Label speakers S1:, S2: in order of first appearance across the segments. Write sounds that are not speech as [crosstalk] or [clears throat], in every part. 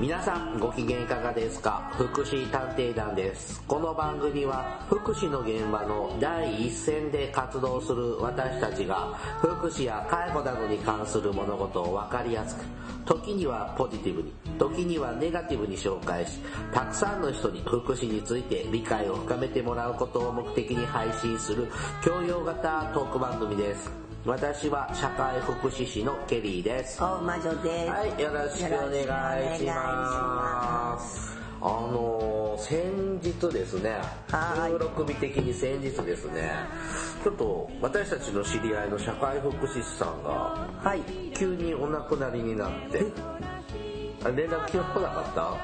S1: 皆さんご機嫌いかがですか福祉探偵団ですこの番組は福祉の現場の第一線で活動する私たちが福祉や介護などに関する物事を分かりやすく時にはポジティブに時にはネガティブに紹介したくさんの人に福祉について理解を深めてもらうことを目的に配信する教養型トーク番組です私は社会福祉士のケリーです
S2: 大魔女です。
S1: はい、よろしくお願いします。あのー先日ですね、
S2: はい
S1: 収録日的に先日ですね、ちょっと私たちの知り合いの社会福祉士さんが
S2: はい。
S1: 急にお亡くなりになって、あ連絡来なか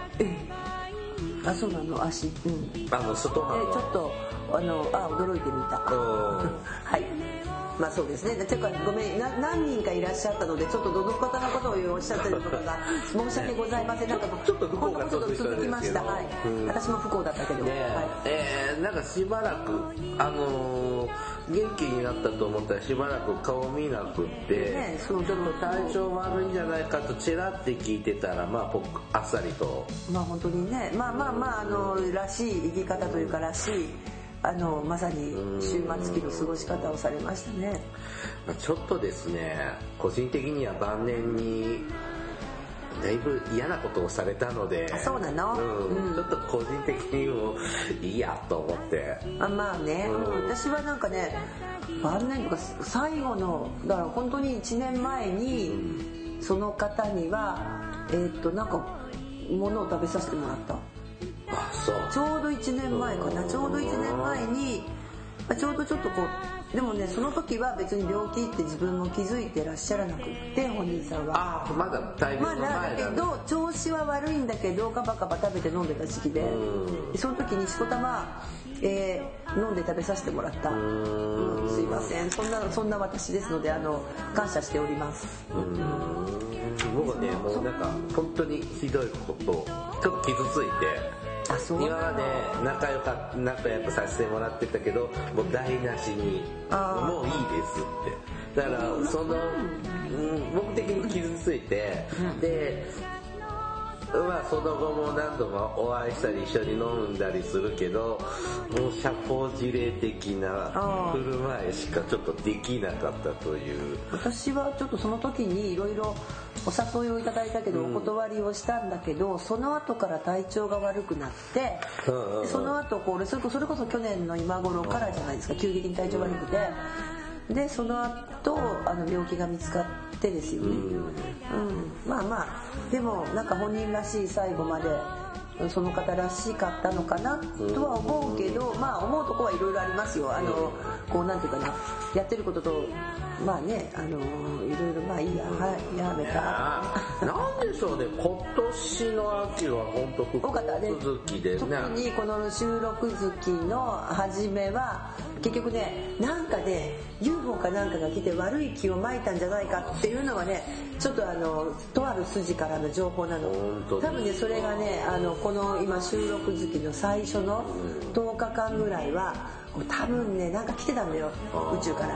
S1: っ
S2: あ、そうなの、足。うん。で、ち
S1: たあの、ストハン
S2: ょっと、あの、あ、驚いてみた。
S1: の。
S2: はい。まあそうですね。てかごめんな何人かいらっしゃったのでちょっとどの方のことをおっしゃってるのか
S1: [laughs]
S2: が申し訳ござざいません。なんか
S1: ちょっと不幸
S2: こん
S1: が
S2: なこ
S1: 続
S2: と
S1: いたんですけど
S2: 続きました。はい
S1: うん。
S2: 私も不幸だったけど。
S1: うん。ね
S2: は
S1: え、えーなんかしばらく、あのー元気になったと思ったらしばらく顔見なくって、
S2: い。ねその
S1: ちょっと体調悪いんじゃないかとちらって聞いてたらまあぽっあっさりと
S2: まあ本当にねまあまあまああのらしい生き方というからしいあのまさに終末期の過ごし方をされましたね。
S1: まあちょっとですね個人的には晩年にだいぶ嫌なことをされたので
S2: あそうなの
S1: うん
S2: うん
S1: ちょっと個人的にもいいやと思って
S2: あまあね、
S1: うん
S2: 私はなんかね晩年とか最後のだから本当に1年前にその方にはえーっとなんか物を食べさせてもらった
S1: あそう
S2: ちょうど1年前か
S1: う
S2: なんちょうど1年前にまあちょうどちょっとこうでもねその時は別に病気って自分も気づいてらっしゃらなくって本人さんは。
S1: あまだ大
S2: ま
S1: 病
S2: あ
S1: の
S2: だ
S1: 前
S2: け
S1: だね
S2: ど調子は悪いんだけどカバカバ食べて飲んでた時期で
S1: う
S2: その時にしこたま、えー飲んで食べさせてもらった
S1: ん
S2: うんすいませんそんなそんな私ですのであの感謝しております
S1: うん僕はねもうなんか本当にひどいことちょっと傷ついて
S2: あそう
S1: 今まで仲良か仲良くさせてもらってたけどもう台無しに
S2: あー
S1: もういいですってだからその、うん、僕的に傷ついて、でまあその後も何度もお会いしたり一緒に飲んだりするけどもう社交辞令的な
S2: あー
S1: 振る舞いしかちょっとできなかったという
S2: 私はちょっとその時にいろいろお誘いをいただいたけどお断りをしたんだけど、その後から体調が悪くなって、
S1: うんうんうん
S2: でその後こうそれこそれこそ去年の今頃からじゃないですか急激に体調悪くて、でその後あの病気が見つかってですよね、うん、まあまあでもなんか本人らしい最後までその方らしかったのかなとは思うけど、まあ思うとこはいろいろありますよあの、こうなんていうかなやってることとまあねあのいろいろまあいいや、はいやめた
S1: なんでしょうね今年の秋は本当
S2: 多かったね
S1: 不続きでね
S2: 特にこの収録月の初めは結局ねなんかね UFO かなんかが来て悪い気をまいたんじゃないかっていうのはねちょっとあのとある筋からの情報なの
S1: 本当で
S2: 多
S1: すか
S2: 分ねそれがねあのこの今収録月の最初の10日間ぐらいはこう多分ねなんか来てたんだよ宇宙から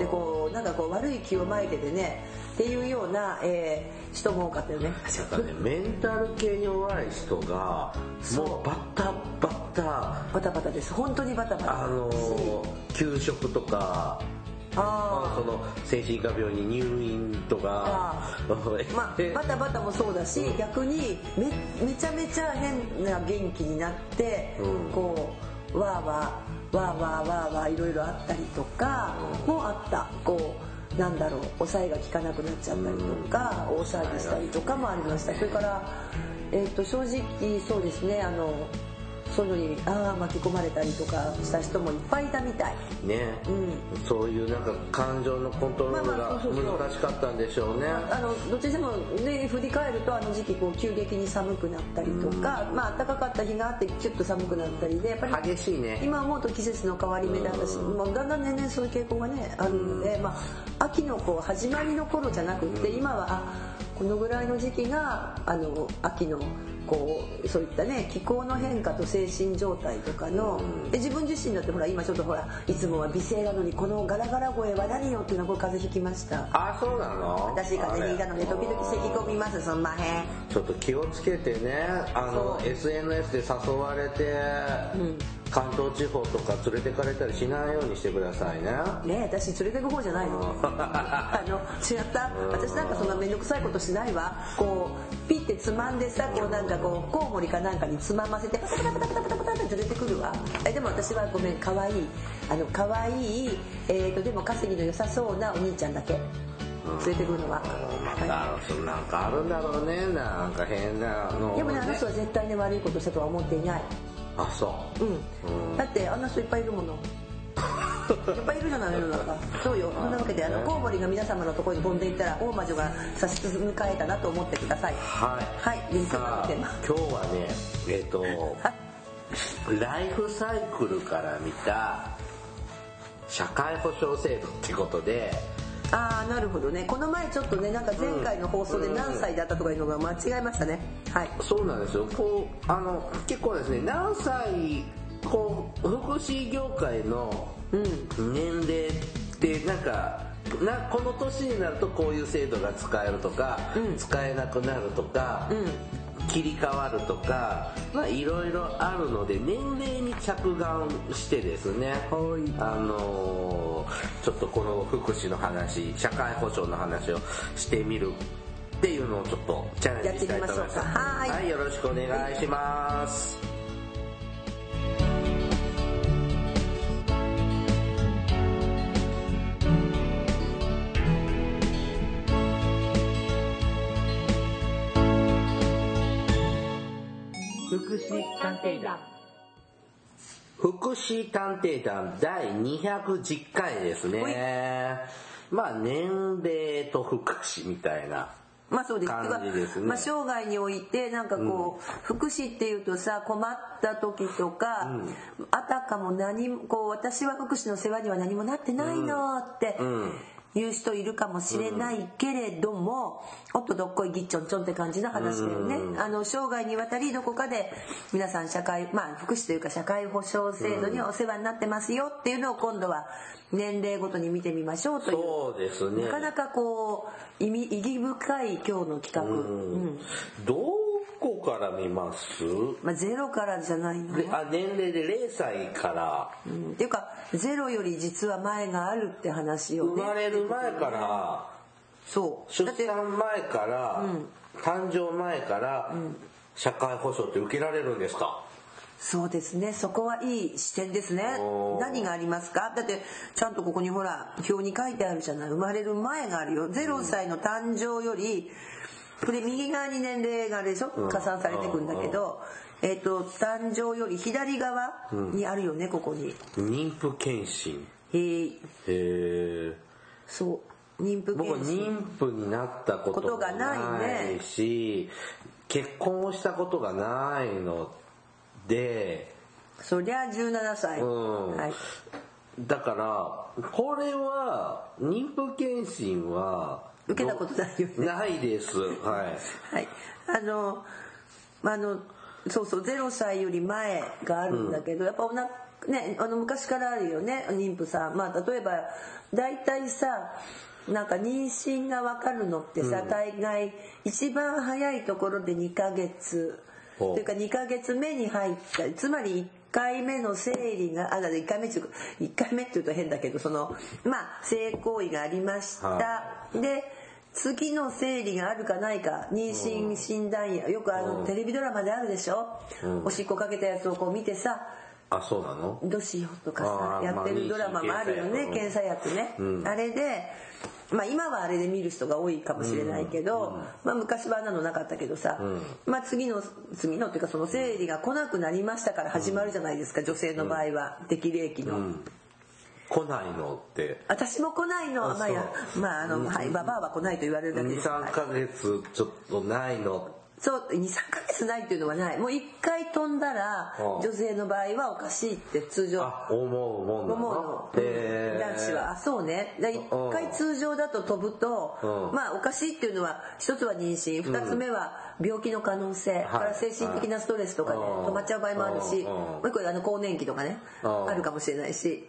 S2: でこうなんかこう悪い気をまいててねっていうような、えー人も多かったよね
S1: なんかね、メンタル系に弱い人がもうバタバタ
S2: バタバタです本当にバタバタ
S1: あのー休職とか
S2: あー
S1: その精神科病に入院とか
S2: あまあ
S1: [laughs] え、
S2: バタバタもそうだし、逆にめめちゃめちゃ変な元気になって、
S1: うん
S2: こうわーわーわーわーわーわーいろいろあったりとかもあったこうなんだろう抑えが効かなくなっちゃったりとか、大騒ぎしたりとかもありましたそれから、えっと正直そうですねあのそういうのにあー巻き込まれたりとかした人もいっぱいいたみたい。
S1: ね、
S2: う
S1: そういうなんか感情のコントロール
S2: まあまあそうそうそ
S1: が
S2: う
S1: 難しかったんでしょうね、
S2: あのどっちでも、ね、振り返るとあの時期こう急激に寒くなったりとか、まあ暖かかった日があってキュッと寒くなったりでやっぱり
S1: 激しいね
S2: 今思うと季節の変わり目だったし、もうだんだん年々そういう傾向がねあるので、まあ、秋のこう始まりの頃じゃなくって今はあこのぐらいの時期があの秋のこうそういったね気候の変化と精神状態とかの、で自分自身だってほら今ちょっとほらいつもは美声なのにこのガラガラ声は何よっていうのはこれ風邪ひきました
S1: あそうなの
S2: 私風邪ひいたので
S1: あれ
S2: 時々咳き込みますそんまへん
S1: ちょっと気をつけてねあの
S2: そう
S1: SNS で誘われて、関東地方とか連れてかれたりしないようにしてくださいね
S2: ねえ私連れてく方じゃないのあの違った私なんかそんな面倒くさいことしないわこうピッてつまんでさこうなんかこうコウモリかなんかにつまませてパタパタパタパタパタって連れてくるわえでも私はごめん可愛いあの可愛いえー、とでも稼ぎの良さそうなお兄ちゃんだけ連れてくるのは、は
S1: あそうなんかあるんだろうねなんか変なのを
S2: い、でもねあの人は絶対ね悪いことしたとは思っていない
S1: あそう
S2: うんだってあんな人いっぱいいる [laughs] ものいっぱいいるじゃない世の中そうよそんなわけであのコウモリが皆様のところに飛んでいったら大魔女が差し向かえたなと思ってください
S1: はい
S2: はいリンク
S1: さ
S2: の
S1: あ
S2: テー
S1: 今
S2: マ
S1: 日はねえっ、と
S2: は
S1: ライフサイクルから見た社会保障制度ってことで
S2: ああなるほどねこの前ちょっとねなんか前回の放送で何歳だったとかいうのが間違えましたねはい
S1: そうなんですよこうあの結構ですね何歳こう福祉業界の年齢ってなんかなこの年になるとこういう制度が使えるとか、使えなくなるとか、切り替わるとかまあいろいろあるので年齢に着眼してですね、あのーちょっとこの福祉の話社会保障の話をしてみるっていうのをちょっとチャレンジ
S2: やってみましょうかはい
S1: はい、よろしくお願いします。
S3: 福祉探偵団
S1: 福祉探偵団第210回ですね。まあ、年齢と福祉みたいな。
S2: まあそうです
S1: 感じですね
S2: てかまあ、生涯においてなんかこう、福祉っていうとさ困った時とか、あたかも何もこう私は福祉の世話には何もなってないのって。言う人いるかもしれないけれども、おっとどっこいぎっちょんちょんって感じの話だよね、あの生涯にわたりどこかで皆さん社会まあ福祉というか社会保障制度にはお世話になってますよっていうのを今度は年齢ごとに見てみましょうという
S1: そうですね
S2: な。かなかこう意味意義深い今日の企画、うん
S1: どこから見ます
S2: まあ、ゼロからじゃないの、
S1: であ年齢で0歳から、
S2: うんっていうかゼロより実は前があるって話を
S1: 生
S2: ね
S1: まれる前から、
S2: そ
S1: 出
S2: うだって
S1: 産前から、誕生前から、社会保障って受けられるんですか
S2: そうですねそこはいい視点ですね
S1: おー
S2: 何がありますかだってちゃんとここにほら表に書いてあるじゃない生まれる前があるよ0歳の誕生よりこれ右側に年齢があれでしょ加算されてくんだけど、えっと誕生より左側にあるよねここに。
S1: 妊婦検診
S2: えー
S1: へえ
S2: そう妊婦
S1: 僕
S2: 検診
S1: 妊婦になったことがないし結婚をしたことがないので
S2: そりゃ17歳、
S1: うん
S2: はい、
S1: だからこれは妊婦検診は
S2: 受けたことないよね
S1: ないですはい
S2: はい、あの、まあ、あの、そうそう、0歳より前があるんだけど、やっぱおな、ね、あの昔からあるよね、妊婦さん、まあ、例えば、大体さ。なんか妊娠がわかるのってさ、大概一番早いところで2ヶ月
S1: ほう
S2: というか2ヶ月目に入ったつまり1回目の生理があだ1回目っていうか1回目っていうと変だけどそのまあ性行為がありました、
S1: は
S2: で次の生理があるかないか妊娠診断やよくあ
S1: うん
S2: のテレビドラマであるでしょ、
S1: うん
S2: おしっこかけたやつをこう見てさ
S1: あそうなの
S2: どうしようとか
S1: あ
S2: さ
S1: ー
S2: やってるドラマもあるよね、
S1: まあ
S2: 検査薬ね、あれで、まあ、今はあれで見る人が多いかもしれないけど、まあ、昔はあんなのなかったけどさ、まあ、次の次のっていうかその生理が来なくなりましたから始まるじゃないですか女性の場合は適齢期の。
S1: 来ないのって
S2: 私も来ないの
S1: あ
S2: はまあや
S1: そ
S2: まああの、はいババアは来ないと言われるだけです
S1: 23ヶ月ちょっとないの
S2: そう23ヶ月ないっていうのはないもう1回飛んだら
S1: うん
S2: 女性の場合はおかしいって通常
S1: あ思うもんだな
S2: 思うの、
S1: へー
S2: 男子はあそうねで一
S1: うん
S2: 回通常だと飛ぶと、
S1: うん
S2: まあおかしいっていうのは一つは妊娠二つ目は病気の可能性、から精神的なストレスとかで、
S1: はいうん
S2: 止まっちゃう場合もあるし、
S1: うん
S2: もう一個あの更年期とかね、
S1: うん
S2: あるかもしれないし。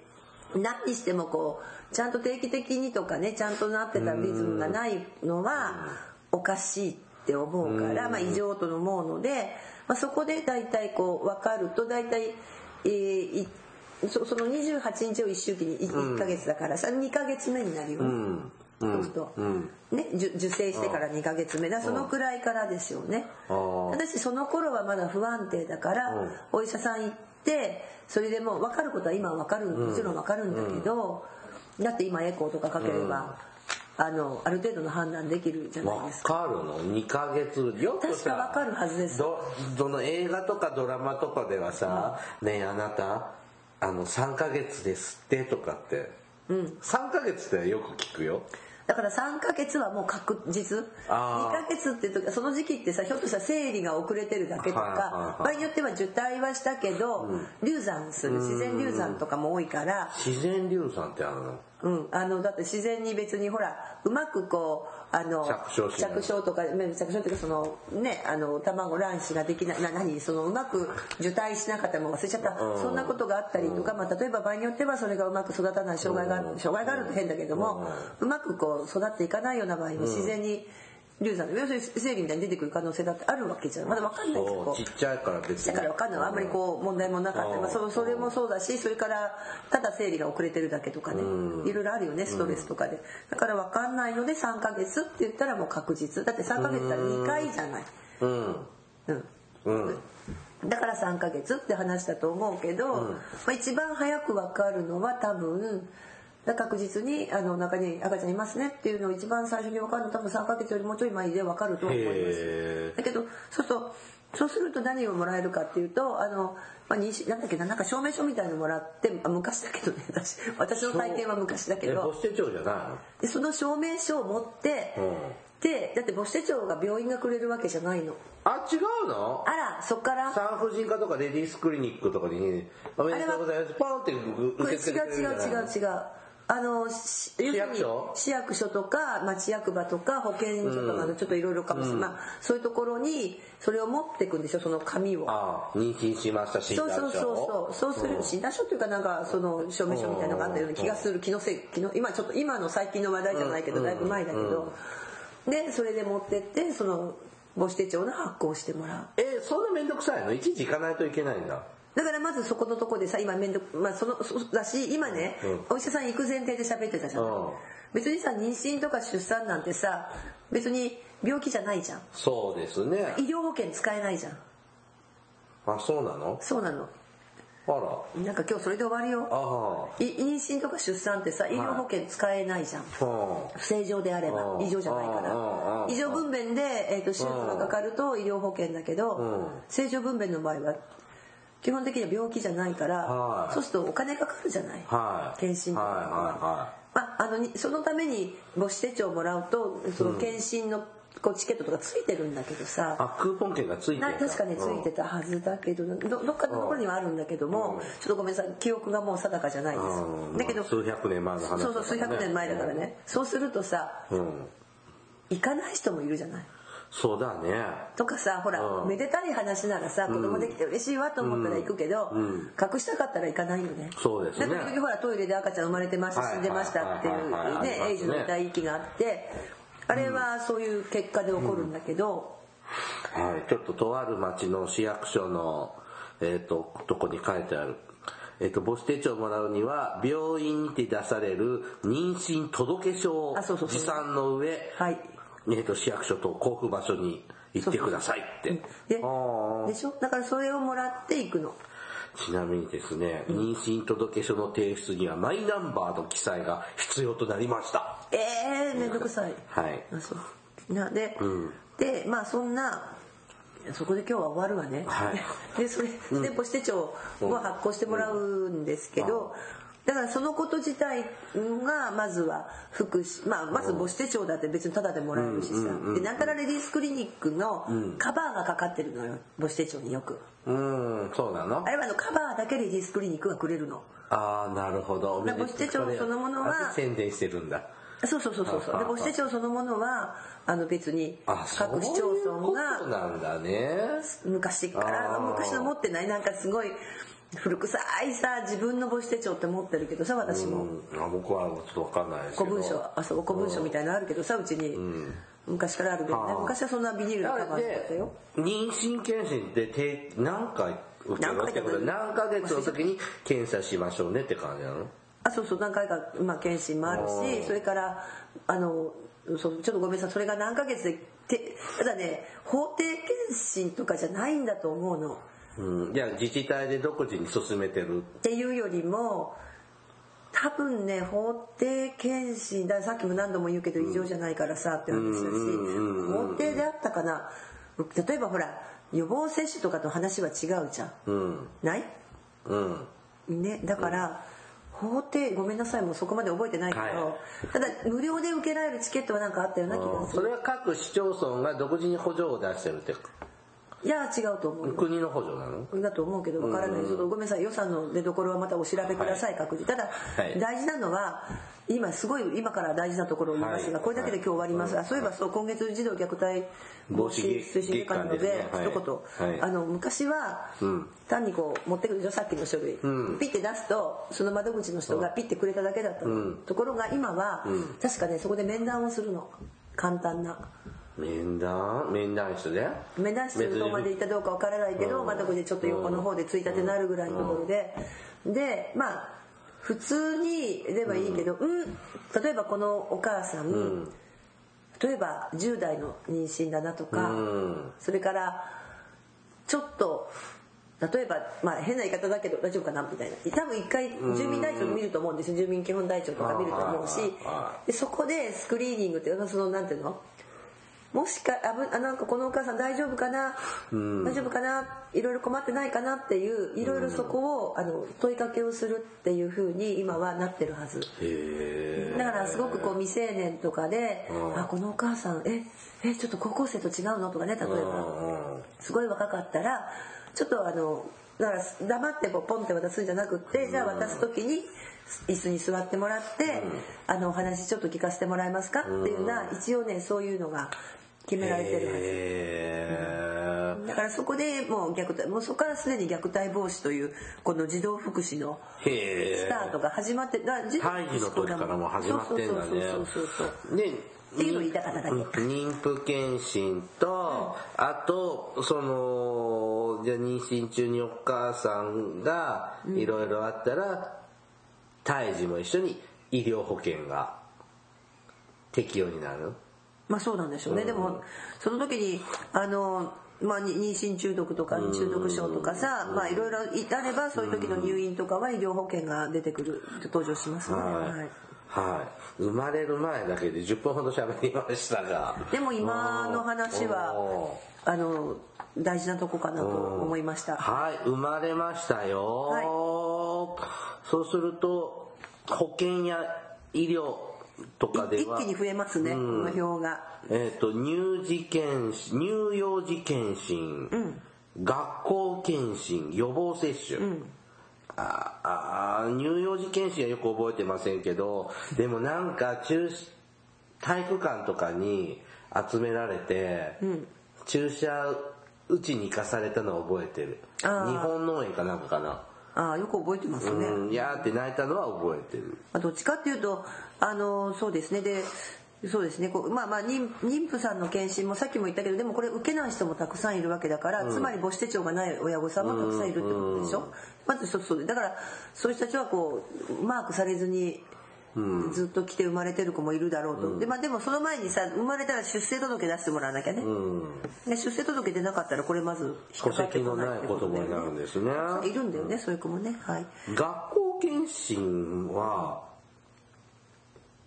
S2: 何にしてもこうちゃんと定期的にとかねちゃんとなってたリズムがないのはおかしいって思うから、まあ、異常と思うので、まあ、そこで大体こう分かると大体、えーいそその28日を1周期に 1, ヶ月だからさ2ヶ月目になるよ、
S1: うんう
S2: そうんすると
S1: うん
S2: ね、受受精してから2ヶ月目だからそのくらいからですよね
S1: あー
S2: 私その頃はまだ不安定だから
S1: うん
S2: お医者さん行ってそれでもう分かることは今分かるもちろん分かるんだけどだって今エコーとかかければあのある程度の判断できるじゃない
S1: わ
S2: ですか
S1: かるの2ヶ月よく
S2: 確か
S1: さ
S2: わかるはずです
S1: どどの映画とかドラマとかではさ「ねえあなたあの3ヶ月ですって」とかって、3ヶ月ってよく聞くよ
S2: だから3ヶ月はもう確実2
S1: あー
S2: ヶ月って時その時期ってさひょっとしたら生理が遅れてるだけと
S1: はいは
S2: か
S1: いはい
S2: 場合によっては受胎はしたけど流産する自然流産とかも多いから
S1: 自然流産ってあるの
S2: うん、あのだって自然に別にほらうまくこうあの
S1: 着床しない
S2: 着床とかね着床っていうかそのねあの卵卵子ができないな何そのうまく受胎しなかったも忘れちゃった、
S1: うん
S2: そんなことがあったりとか、まあ、例えば場合によってはそれがうまく育たない障害がある、
S1: うん
S2: 障害があると変だけども、うまくこう育っていかないような場合に自然に流産、要するに生理みたいに出てくる可能性だってあるわけじゃんまだわかんないけど
S1: そうちっちゃいから別に
S2: だから分かんないあんまりこう問題もなかった、
S1: うん
S2: まあ、そそれもそうだしそれからただ生理が遅れてるだけとかねいろいろあるよねストレスとかでだから分かんないので3ヶ月って言ったらもう確実だって3ヶ月だら2回じゃない、
S1: うん
S2: うん、
S1: うん
S2: だから3ヶ月って話だと思うけど、まあ、一番早く分かるのは多分だから確実にあのお腹に赤ちゃんいますねっていうのを一番最初に分かるの多分3ヶ月よりもうちょい前で分かると思います。
S1: へ
S2: だけどそうするとそうすると何をもらえるかっていうとあの、まあ、妊娠なんだっけななんか証明書みたいのもらってあ昔だけどね私私の体験は昔だけ
S1: え母
S2: ど
S1: 子手帳じゃないの
S2: でその証明書を持って、
S1: う
S2: でだって母子手帳が病院がくれるわけじゃないの
S1: あ違うの
S2: あらそっから
S1: 産婦人科とかレディースクリニックとかに「おめでとうございます」ポンって
S2: こ
S1: 受
S2: れ
S1: け
S2: 違
S1: 付けて
S2: う
S1: くれる
S2: 違
S1: じゃな
S2: う
S1: い
S2: 違う違うあのし要
S1: 市
S2: するに
S1: 役所
S2: 市役所とか町役場とか保健所とかのちょっといろいろかもしれない、まあ、そういうところにそれを持っていくんでしょその紙を
S1: ああ妊娠しました診
S2: そう
S1: 断書
S2: そうそうそうそうする
S1: ん
S2: 診断書というかなんかその証明書みたいなのがあったような気がする気のせい気の今ちょっと今の最近の話題じゃないけどだいぶ前だけどでそれで持ってってその母子手帳の発行をしてもらう
S1: えそんな面倒くさいのいちいち行かないといけないんだ
S2: だからまずそこのとこでさ今面倒まあそのそだし今ね
S1: う
S2: お医者さん行く前提で喋ってたじゃん
S1: うん
S2: 別にさ妊娠とか出産なんてさ別に病気じゃないじゃん
S1: そうですね
S2: 医療保険使えないじゃん
S1: あそうなの
S2: そうなの
S1: あら
S2: なんか今日それで終わりよ
S1: あ
S2: い妊娠とか出産ってさ医療保険使えないじゃん
S1: あうん
S2: 不正常であれば
S1: うん
S2: 異常じゃないか
S1: うん
S2: ら
S1: うん
S2: 異常分娩で、えー、と手術がかかると医療保険だけど
S1: ん
S2: 正常分娩の場合は基本的には病気じゃないから
S1: はい
S2: そうするとお金かかるじゃない
S1: はい
S2: 検診と
S1: はい
S2: か
S1: はいは
S2: まあ、あのにそのために母子手帳をもらうとその検診のこうチケットとかついてるんだけど
S1: い
S2: さ、
S1: あクーポン券がついて
S2: な
S1: た
S2: 確かねついてたはずだけどどどっかのところにはあるんだけども、
S1: うん
S2: ちょっとごめんなさい記憶がもう定かじゃないで
S1: う
S2: す、
S1: んうん
S2: だけど、
S1: まあ数百年前の話だからね
S2: そうそう数百年前だからね、そうするとさ
S1: うん
S2: 行かない人もいるじゃない
S1: そうだね
S2: とかさほら、
S1: うん
S2: めでたい話ならさ子供できて嬉しいわと思ったら行くけど、
S1: うん
S2: 隠したかったら行かないよね
S1: そうですね
S2: で時々ほらトイレで赤ちゃん生まれてました
S1: はい
S2: 死んでましたってい
S1: はいはいはいありま
S2: うね
S1: すね
S2: エイジの大域があってあれはそういう結果で起こるんだけど、
S1: はい、ちょっととある町の市役所の、えー、ととこに書いてある、えー、と母子手帳をもらうには病院にて出される妊娠届書を
S2: あそうそうそう
S1: 持参の上、
S2: はい
S1: えー、と市役所と交付場所に行ってくださいって
S2: で
S1: あー
S2: でしょだからそれをもらって行くの
S1: ちなみにですね妊娠届書の提出にはマイナンバーの記載が必要となりました
S2: えー、めんどくさい
S1: はい
S2: あそうなで、でまあそんなそこで今日は終わるわね、
S1: は
S2: [laughs] でそれで母子手帳を発行してもらうんですけど、だからそのこと自体がまずは福祉、まあ、まず母子手帳だって別にタダでもらえるしさ、でなんたらレディースクリニックのカバーがかかってるのよ母子手帳によく
S1: うんそうなの
S2: あれはあのカバーだけレディースクリニックがくれるの
S1: ああなるほど
S2: だから母子手帳そのものは
S1: あ宣伝してるんだ
S2: そうそうそうそうそう
S1: はあはあ
S2: で母子手帳そのものはあの別に
S1: あ
S2: 各市町村
S1: そういうこと
S2: が
S1: なんだね
S2: 昔から
S1: あー
S2: 昔の持ってないなんかすごい古臭いさ自分の母子手帳って持ってるけどさ私
S1: う
S2: も。
S1: んあ僕はちょっと分かんないですけ
S2: 古
S1: ど
S2: 文書あそう古文書みたいなのあるけどさうちに、昔からあるけどね
S1: はあ
S2: 昔はそんなビニールのカバ
S1: あ
S2: ー
S1: れ
S2: だった
S1: で
S2: よ
S1: 妊娠検診って定何回受ける
S2: 何
S1: っ
S2: 回
S1: て
S2: だ
S1: こと
S2: と
S1: で何ヶ月の時に検査しましょうねって感じなの
S2: あそうそう何回か、まあ、検診もあるしそれからあのそうちょっとごめんなさいそれが何ヶ月でてただね法定検診とかじゃないんだと思うの
S1: うん、じゃあ自治体で独自に進めてる
S2: っていうよりも多分ね法定検診だからさっきも何度も言うけど異常じゃないからさって話だし法定であったかな例えばほら予防接種とかと話は違うじゃん
S1: うん
S2: ない
S1: うん
S2: ねだから、法廷ごめんなさいもうそこまで覚えてないけど、
S1: はい
S2: ただ無料で受けられるチケットはなんかあったような気がす
S1: そ
S2: る
S1: れは各市町村が独自に補助を出してるって
S2: いや違うと思うよ
S1: 国の補助なの
S2: だと思うけどわからない、ちょっとごめんなさい予算の出所はまたお調べください、
S1: はい
S2: 各自ただ、
S1: い
S2: 大事なのは今すごい今から大事なところを言いますが、
S1: はい
S2: これだけで今日終わりますが、
S1: はい
S2: そういえばそう今月児童虐待防
S1: 防
S2: 止
S1: 止
S2: 推進月間なので
S1: 月間ですね
S2: 一言、
S1: はい
S2: あの昔は、
S1: うん
S2: 単にこう持ってくるでしょさっきの書類、
S1: うん
S2: ピッて出すとその窓口の人がピッてくれただけだったの、
S1: うん
S2: ところが今は、確かねそこで面談をするの簡単な。
S1: 面談面談室で
S2: 目指してるとこまで行ったどうかわからないけど、まだこれでちょっと横の方でついたてなるぐらいのところで、でまあ普通にいればいいけど、うん、例えばこのお母さん、例えば10代の妊娠だなとか、
S1: うん
S2: それからちょっと例えば、まあ、変な言い方だけど大丈夫かなみたいな多分一回住民台帳見ると思うんですよ住民基本台帳とか見ると思う
S1: あ
S2: し
S1: ーあーあ
S2: でそこでスクリーニングっていうのはそのなんていうのもしかあぶあなんかこのお母さん大丈夫かな、大丈夫かないろいろ困ってないかなっていういろいろそこをあの問いかけをするっていうふうに今はなってるはず。
S1: へ
S2: だからすごくこう未成年とかで、
S1: うん
S2: あこのお母さんええちょっと高校生と違うのとかね例えば、すごい若かったらちょっとあのだから黙ってこうポンって渡すんじゃなくってじゃあ渡す時に椅子に座ってもらって、あのお話ちょっと聞かせてもらえますかっていうような一応ねそういうのが決められてるはず。
S1: へ
S2: だからそこでもう虐待もうそこからすでに虐待防止というこの児童福祉の
S1: えへえ
S2: スタートが始まって、だら児童
S1: 会議の時からもう始まってんだね
S2: そうそうそうそうそう
S1: で
S2: っていうのを言いたかっただけ
S1: うん妊婦検診と、あとそのじゃあ妊娠中にお母さんがいろいろあったら、胎児も一緒に医療保険が適用になる
S2: まあそうなんでしょうね、でもその時にあの、まあ、に妊娠中毒とか中毒症とかさ、まあいろいろあればそういう時の入院とかは医療保険が出てくる登場しますね、
S1: はい、
S2: はい
S1: はい、生まれる前だけで10分ほど喋りましたが
S2: でも今の話は
S1: おー
S2: あの大事なとこかなと思いました
S1: はい、生まれましたよ、
S2: はい
S1: そうすると、保険や医療とか
S2: い
S1: で
S2: 一
S1: は
S2: 気、に増えますね、この表が
S1: えっ、と、乳児検診、乳幼児検診、学校検診、予防接種。ああー乳幼児検診はよく覚えてませんけど、でもなんか中止、体育館とかに集められて、注射打ちに行かされたのを覚えてる。日
S2: あー
S1: 本農園かなんかかな。
S2: ああよく覚えてますね、
S1: うん、いやーって泣いたのは覚えてる。
S2: まあ、どっちかっていうとあのそうですねでそうですねこうまあまあ妊妊婦さんの検診もさっきも言ったけどでもこれ受けない人もたくさんいるわけだから、つまり母子手帳がない親御さんもたくさんいるってことでしょ、まず一つそうでだからそういう人たちはこうマークされずに。ずっと来て生まれてる子もいるだろうと、でまあ、でもその前にさ生まれたら出生届出してもらわなきゃね、で出生届出なかったらこれまず引っ
S1: 戸
S2: かかって
S1: 籍
S2: こ
S1: の
S2: な
S1: な
S2: いっ
S1: い
S2: て
S1: 子
S2: こと
S1: 供
S2: だよ
S1: になるん
S2: ね
S1: ですね。
S2: いるんだよねそういう子もねはい
S1: 学校検診は、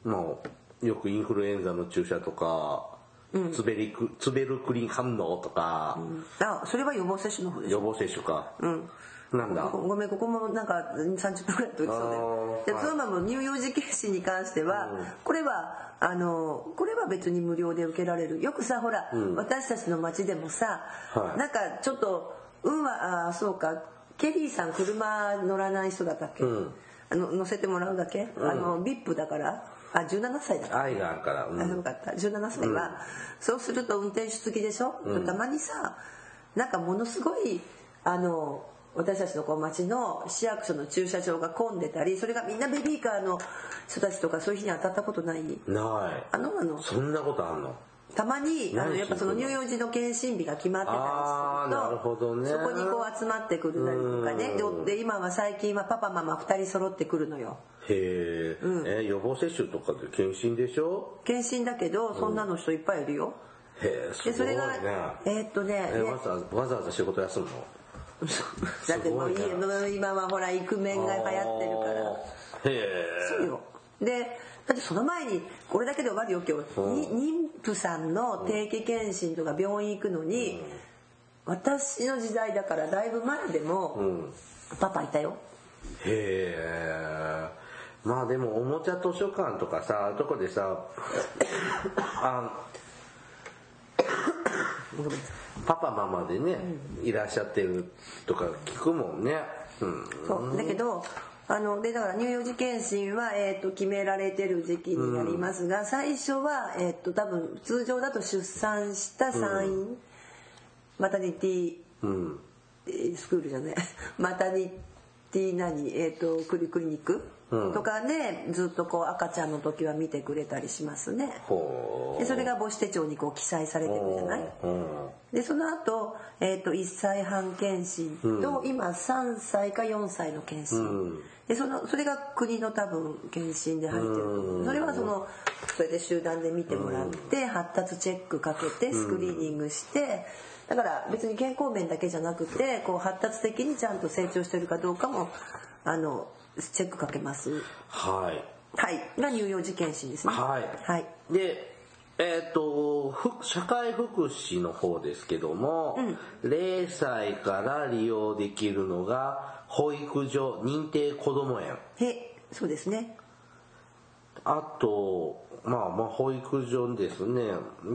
S1: まあ、よくインフルエンザの注射とか、ツベリクツベルクリン反応とか、
S2: あそれは予防接種の方です
S1: 予防接種か、
S2: うん、
S1: なんだ
S2: ごごめんここもなんかうん30分ぐらい取りそうだよ
S1: あー
S2: で
S1: はい
S2: 妻も乳幼児検診に関しては、
S1: うん
S2: これはあのこれは別に無料で受けられるよくさほら、
S1: ん
S2: 私たちの町でもさ、
S1: はい
S2: なんかちょっと運はあーそうかケリーさん車乗らない人だったっけ、
S1: うん
S2: あの乗せてもらうだけ、あの VIP だからあ17歳だ
S1: 愛があるから、うん
S2: あよかった17歳は、そうすると運転手付きでしょ、
S1: うん
S2: たまにさなんかものすごいあの私たちのこう町の市役所の駐車場が混んでたりそれがみんなベビーカーの人たちとかそういう日に当たったことない
S1: ない
S2: あのあの
S1: そんなことあんの
S2: たまにあの
S1: 何
S2: やっぱその乳幼児の検診日が決まって
S1: あーなるほど
S2: たり
S1: ね
S2: するとそこにこう集まってくるなりとかね
S1: うん
S2: でで今は最近はパパママ2人揃ってくるのよ
S1: へえ、
S2: うん
S1: え予防接種とかで検診でしょ
S2: 検診だけどそんなの人いっぱいいるよ
S1: へえす
S2: で
S1: ご
S2: そ
S1: いね
S2: れがえーっとね
S1: え
S2: で
S1: わざわざわざわざ仕事休むの
S2: [laughs] だってもういい
S1: すごいな
S2: もう今はほらイクメンが流行ってるから
S1: あーへえ
S2: そうよでだってその前にこれだけで終わるよ今日、に妊婦さんの定期検診とか病院行くのに、私の時代だからだいぶ前でも、
S1: うん
S2: パパいたよ
S1: へえまあでもおもちゃ図書館とかさああいうとこでさあパパママでね、いらっしゃってるとか聞くもんねうん
S2: そうだけどあのでだから乳幼児検診は、えー、と決められてる時期になりますが、最初は、えー、と多分通常だと出産した産院、マタニティ
S1: うん
S2: えースクールじゃない [laughs] マタニティ何、えー、とクリクリニック、
S1: うん
S2: とかでずっとこう赤ちゃんの時は見てくれたりしますね
S1: ほう
S2: でそれが母子手帳にこう記載されてるじゃない
S1: うん
S2: でその後、えー、と1歳半検診と、今3歳か4歳の検診、
S1: うん
S2: でそのそれが国の多分検診で入ってる、
S1: うん
S2: それはそのそれで集団で見てもらって、発達チェックかけてスクリーニングして、だから別に健康面だけじゃなくてこう発達的にちゃんと成長してるかどうかもあのチェックかけます
S1: はい
S2: はいが乳幼児検診ですね
S1: はい
S2: はい
S1: でえっ、とふ社会福祉の方ですけども、0歳から利用できるのが保育所認定こども園
S2: へそうですね
S1: あとまあまあ保育所ですね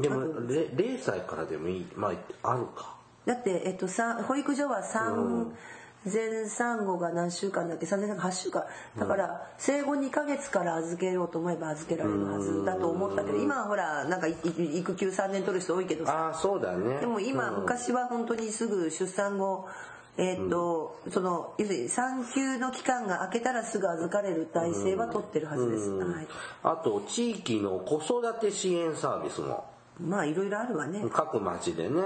S1: でも
S2: あと
S1: れ 0, 歳からでもいいまああるか
S2: だって、えっと、さん保育所は産前産後が何週間だっけ3年産後8週間だから生後2ヶ月から預けようと思えば預けられるはずだと思ったけど今はほらなんかいい育休3年取る人多いけどさ
S1: ああそうだね
S2: でも今
S1: うん
S2: 昔は本当にすぐ出産後えっとその要するに産休の期間が明けたらすぐ預かれる体制は取ってるはずです、はい、
S1: あと地域の子育て支援サービスも
S2: まあいろいろあるわね
S1: 各町でね、
S2: い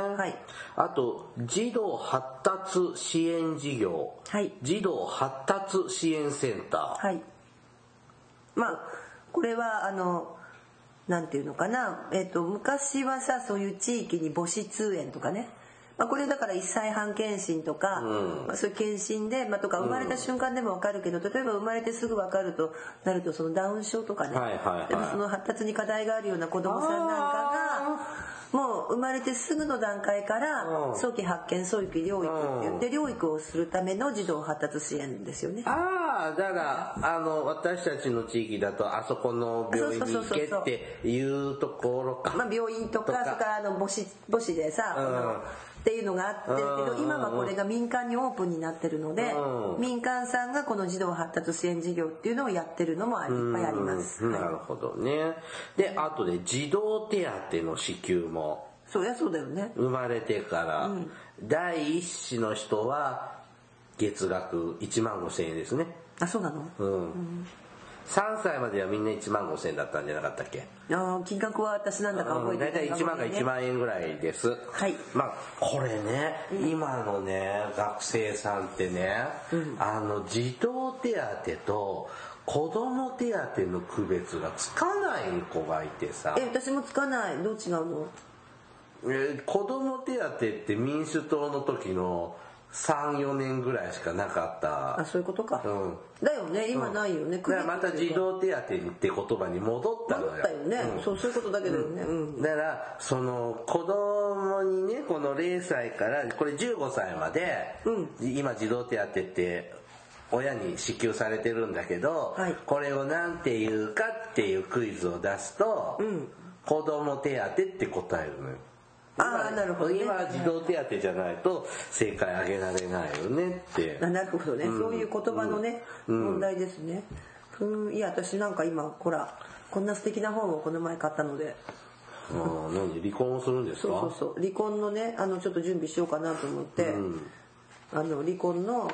S1: あと児童発達支援事業、
S2: はい
S1: 児童発達支援センター、
S2: はい。まあ、これは、あの、なんていうのかな、えっ、と、昔はさ、そういう地域に母子通園とかね、まあ、これだから1歳半検診とか、
S1: うん
S2: まあそういう検診で、まあ、とか生まれた瞬間でも分かるけど、例えば生まれてすぐ分かるとなるとそのダウン症とかね、
S1: はいはいはい
S2: やっぱその発達に課題があるような子どもさんなんかがもう生まれてすぐの段階から
S1: うん
S2: 早期発見早期療育って言って療育をするための児童発達支援ですよね。
S1: ああだからあの私たちの地域だとあそこの病院に行けっていうところか
S2: まあ、病院とか
S1: とか
S2: それからあの母子母子でさ、
S1: うん
S2: あのっていうのがあってるけど、
S1: うん
S2: 今はこれが民間にオープンになってるので、
S1: うん
S2: 民間さんがこの児童発達支援事業っていうのをやってるのもありいっぱいあります、
S1: うん
S2: はい
S1: なるほどねであとで児童手当の支給も
S2: そりゃそうだよね
S1: 生まれてから、第一子の人は月額1万5千円ですね
S2: あそうなの
S1: うん、3歳まではみんな1万5千円だったんじゃなかったっけ
S2: あー金額は私なんだか覚
S1: う
S2: え
S1: ん大
S2: てない
S1: 体1万が1
S2: ね
S1: 万円ぐらいです
S2: はい
S1: まあこれね、今のね学生さんってね、あの児童手当と子供手当の区別がつかない子がいてさ
S2: え私もつかないどう違うの
S1: えー子供手当って民主党の時の34年ぐらいしかなかった
S2: あそういうことか、
S1: うん
S2: だよね今ないよね、
S1: だからまた児童手当って言葉に戻ったのよ
S2: だったよね、
S1: うん
S2: そうそういうことだけだよねうん、
S1: だからその子供にねこの0歳からこれ15歳まで、今児童手当って親に支給されてるんだけど、
S2: はい
S1: これを何て言うかっていうクイズを出すと、子供手当って答えるのよ
S2: あ
S1: 今
S2: ーなるほどね
S1: 今は児童手当じゃないと正解あげられないよねって
S2: あなるほどね、そういう言葉のね、問題ですねうんいや私なんか今ほらこんな素敵な本をこの前買ったので
S1: あー何離婚をするんですか
S2: そうそうそう離婚のねあのちょっと準備しようかなと思って、あの離婚の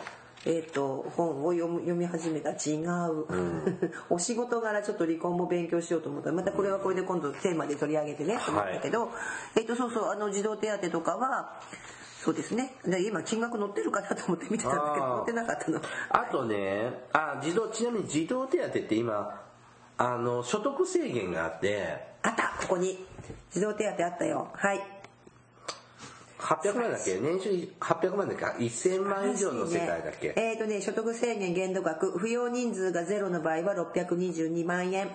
S2: えー、と本を読む読み始めた違う、 [laughs] お仕事柄ちょっと離婚も勉強しようと思ったまたこれはこれで今度テーマで取り上げてねと思ったけど、えっとそうそうあの児童手当とかはそうですねで今金額載ってるかなと思って見てたんだけど
S1: あー
S2: 載ってなかったの
S1: あとね、あ、児童、ちなみに児童手当って今、あの、所得制限があって、
S2: あったここに児童手当あったよはい
S1: 800万だっけ年収800万だっけ ?1000 万以上の世帯だっけ、
S2: えっ、とね所得制限限度額扶養人数がゼロの場合は622万円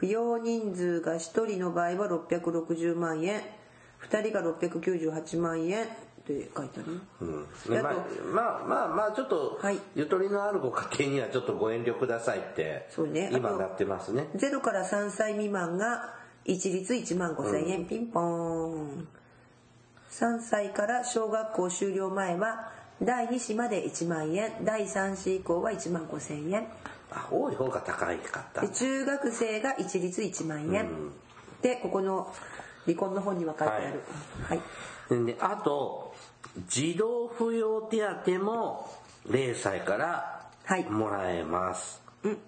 S2: 扶養人数が1人の場合は660万円2人が698万円って書いてある
S1: うん
S2: えっと
S1: まあ、まあまあまあちょっと、
S2: はい
S1: ゆとりのあるご家庭にはちょっとご遠慮くださいって
S2: そうねあ
S1: 今
S2: と
S1: なってますね
S2: 0から3歳未満が一律1万5000円、ピンポーン3歳から小学校終了前は第2子まで1万円第3子以降は1万5000円
S1: あ多い方が高いかった
S2: で中学生が一律1万円、でここの離婚の本には書いてあるはい、
S1: でねあと児童扶養手当も0歳から
S2: はい
S1: もらえます、
S2: うん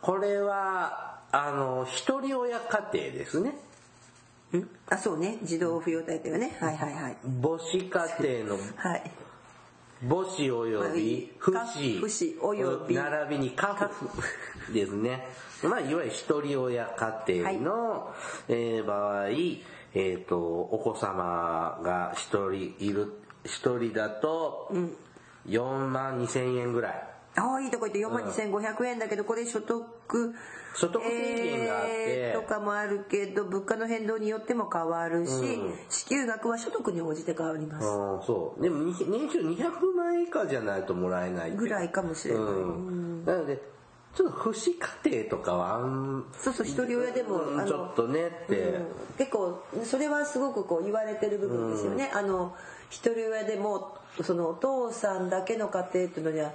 S1: これはあの一人親家庭ですね
S2: うんあそうね児童扶養手当よねはいはいはい
S1: 母子家庭の
S2: はい
S1: 母子および父
S2: まあ
S1: 子
S2: 父子および
S1: 並びに家父ですねまあいわゆる一人親家庭の、えー場合、えー、とお子様が一人いる一人だと4万2千円ぐらい
S2: ああいいとこ行って4万2500円だけどこれ所得
S1: 所得制限があって
S2: えーとかもあるけど物価の変動によっても変わるし、
S1: うん
S2: 支給額は所得に応じて変わります、
S1: うんそうでもに年収200万円以下じゃないともらえないって
S2: ぐらいかもしれない、
S1: うん、なのでちょっと不死家庭とかはあん
S2: そうそう一人親でも、
S1: うん
S2: あの
S1: ちょっとねって、
S2: うん結構それはすごくこう言われてる部分ですよね、あの一人親でもそのお父さんだけの家庭っていうのには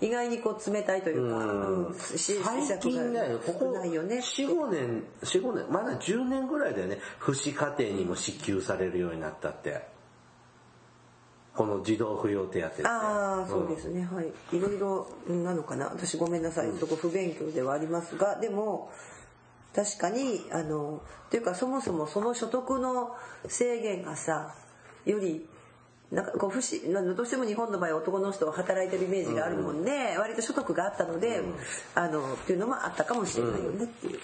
S2: 意外にこう冷たいというか、うんし
S1: 最近だよ、こ
S2: 少
S1: こ
S2: ないよね
S1: 4、5年、4、5年、まだ10年ぐらいだよね、不死家庭にも支給されるようになったって。この児童扶養手当って。
S2: ああそうですね、はいいろいろうんなのかな私ごめんなさいそこ不勉強ではありますがでも確かにあのというかそもそもその所得の制限がさよりなんかこう不死あのどうしても日本の場合男の人は働いてるイメージがあるもんで、割と所得があったので、あのっていうのもあったかもしれないよねっていう、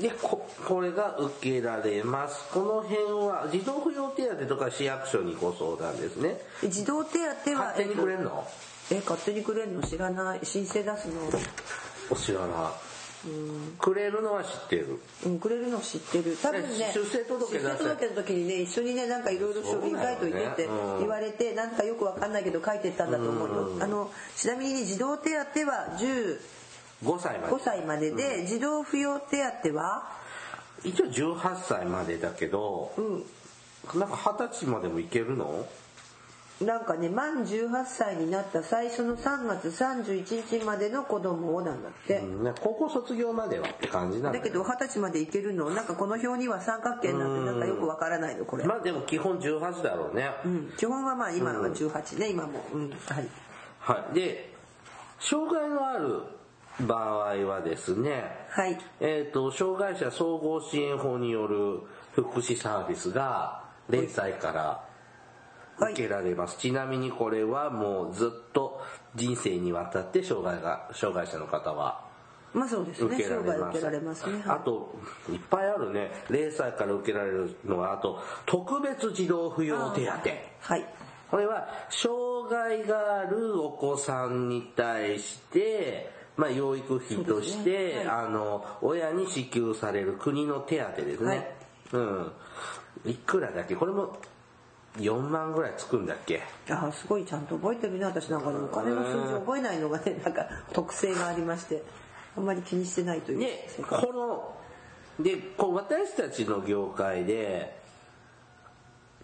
S1: でここれが受けられますこの辺は児童扶養手当とか市役所にご相談ですね
S2: うん児童手当は
S1: 勝手にくれんの
S2: え勝手にくれるの知らない申請出すの
S1: 知らないくれるのは知ってる
S2: うん、くれるの知ってる多分ね
S1: 出生届出せ
S2: 出生届の時にね一緒にねなんかいろいろ書類書いといてって
S1: そうだよねうん
S2: 言われて、なんかよくわかんないけど書いてったんだと思うよ、あのちなみにね児童手当は15
S1: 5歳まで
S2: 歳までで、児童扶養手当は
S1: 一応18歳までだけど、なんか二十歳までもいけるの
S2: なんかね満18歳になった最初の3月31日までの子供をなんだって、
S1: うんね高校卒業まではって感じなんだ
S2: だけど二十歳までいけるのなんかこの表には三角形になってなんかよくわからないのこれ、
S1: まあでも基本18だろうね、
S2: うん、基本はまあ今のが18ね、今もうんはい
S1: はいで障害のある場合はですね
S2: はい
S1: えっ、と障害者総合支援法による福祉サービスが0歳から
S2: は
S1: 受
S2: い
S1: けられます、ちなみにこれはもうずっと人生にわたって障害が障害者の方は
S2: まあそうですね
S1: 受けられます
S2: 生涯受けられますねはい
S1: あといっぱいあるね0歳から受けられるのはあと特別児童扶養手当
S2: はい
S1: これは障害があるお子さんに対して、まあ、養育費とし
S2: そう
S1: て、
S2: ですねは
S1: あの親に支給される国の手当ですね、
S2: はいい、
S1: うんいくらだっけこれも4万ぐらいつくんだっけ
S2: ああすごいちゃんと覚えてるね私なんかでもお金の数字覚えないのがねなんか特性がありましてあんまり気にしてないという
S1: で
S2: 性格
S1: このでこう私たちの業界で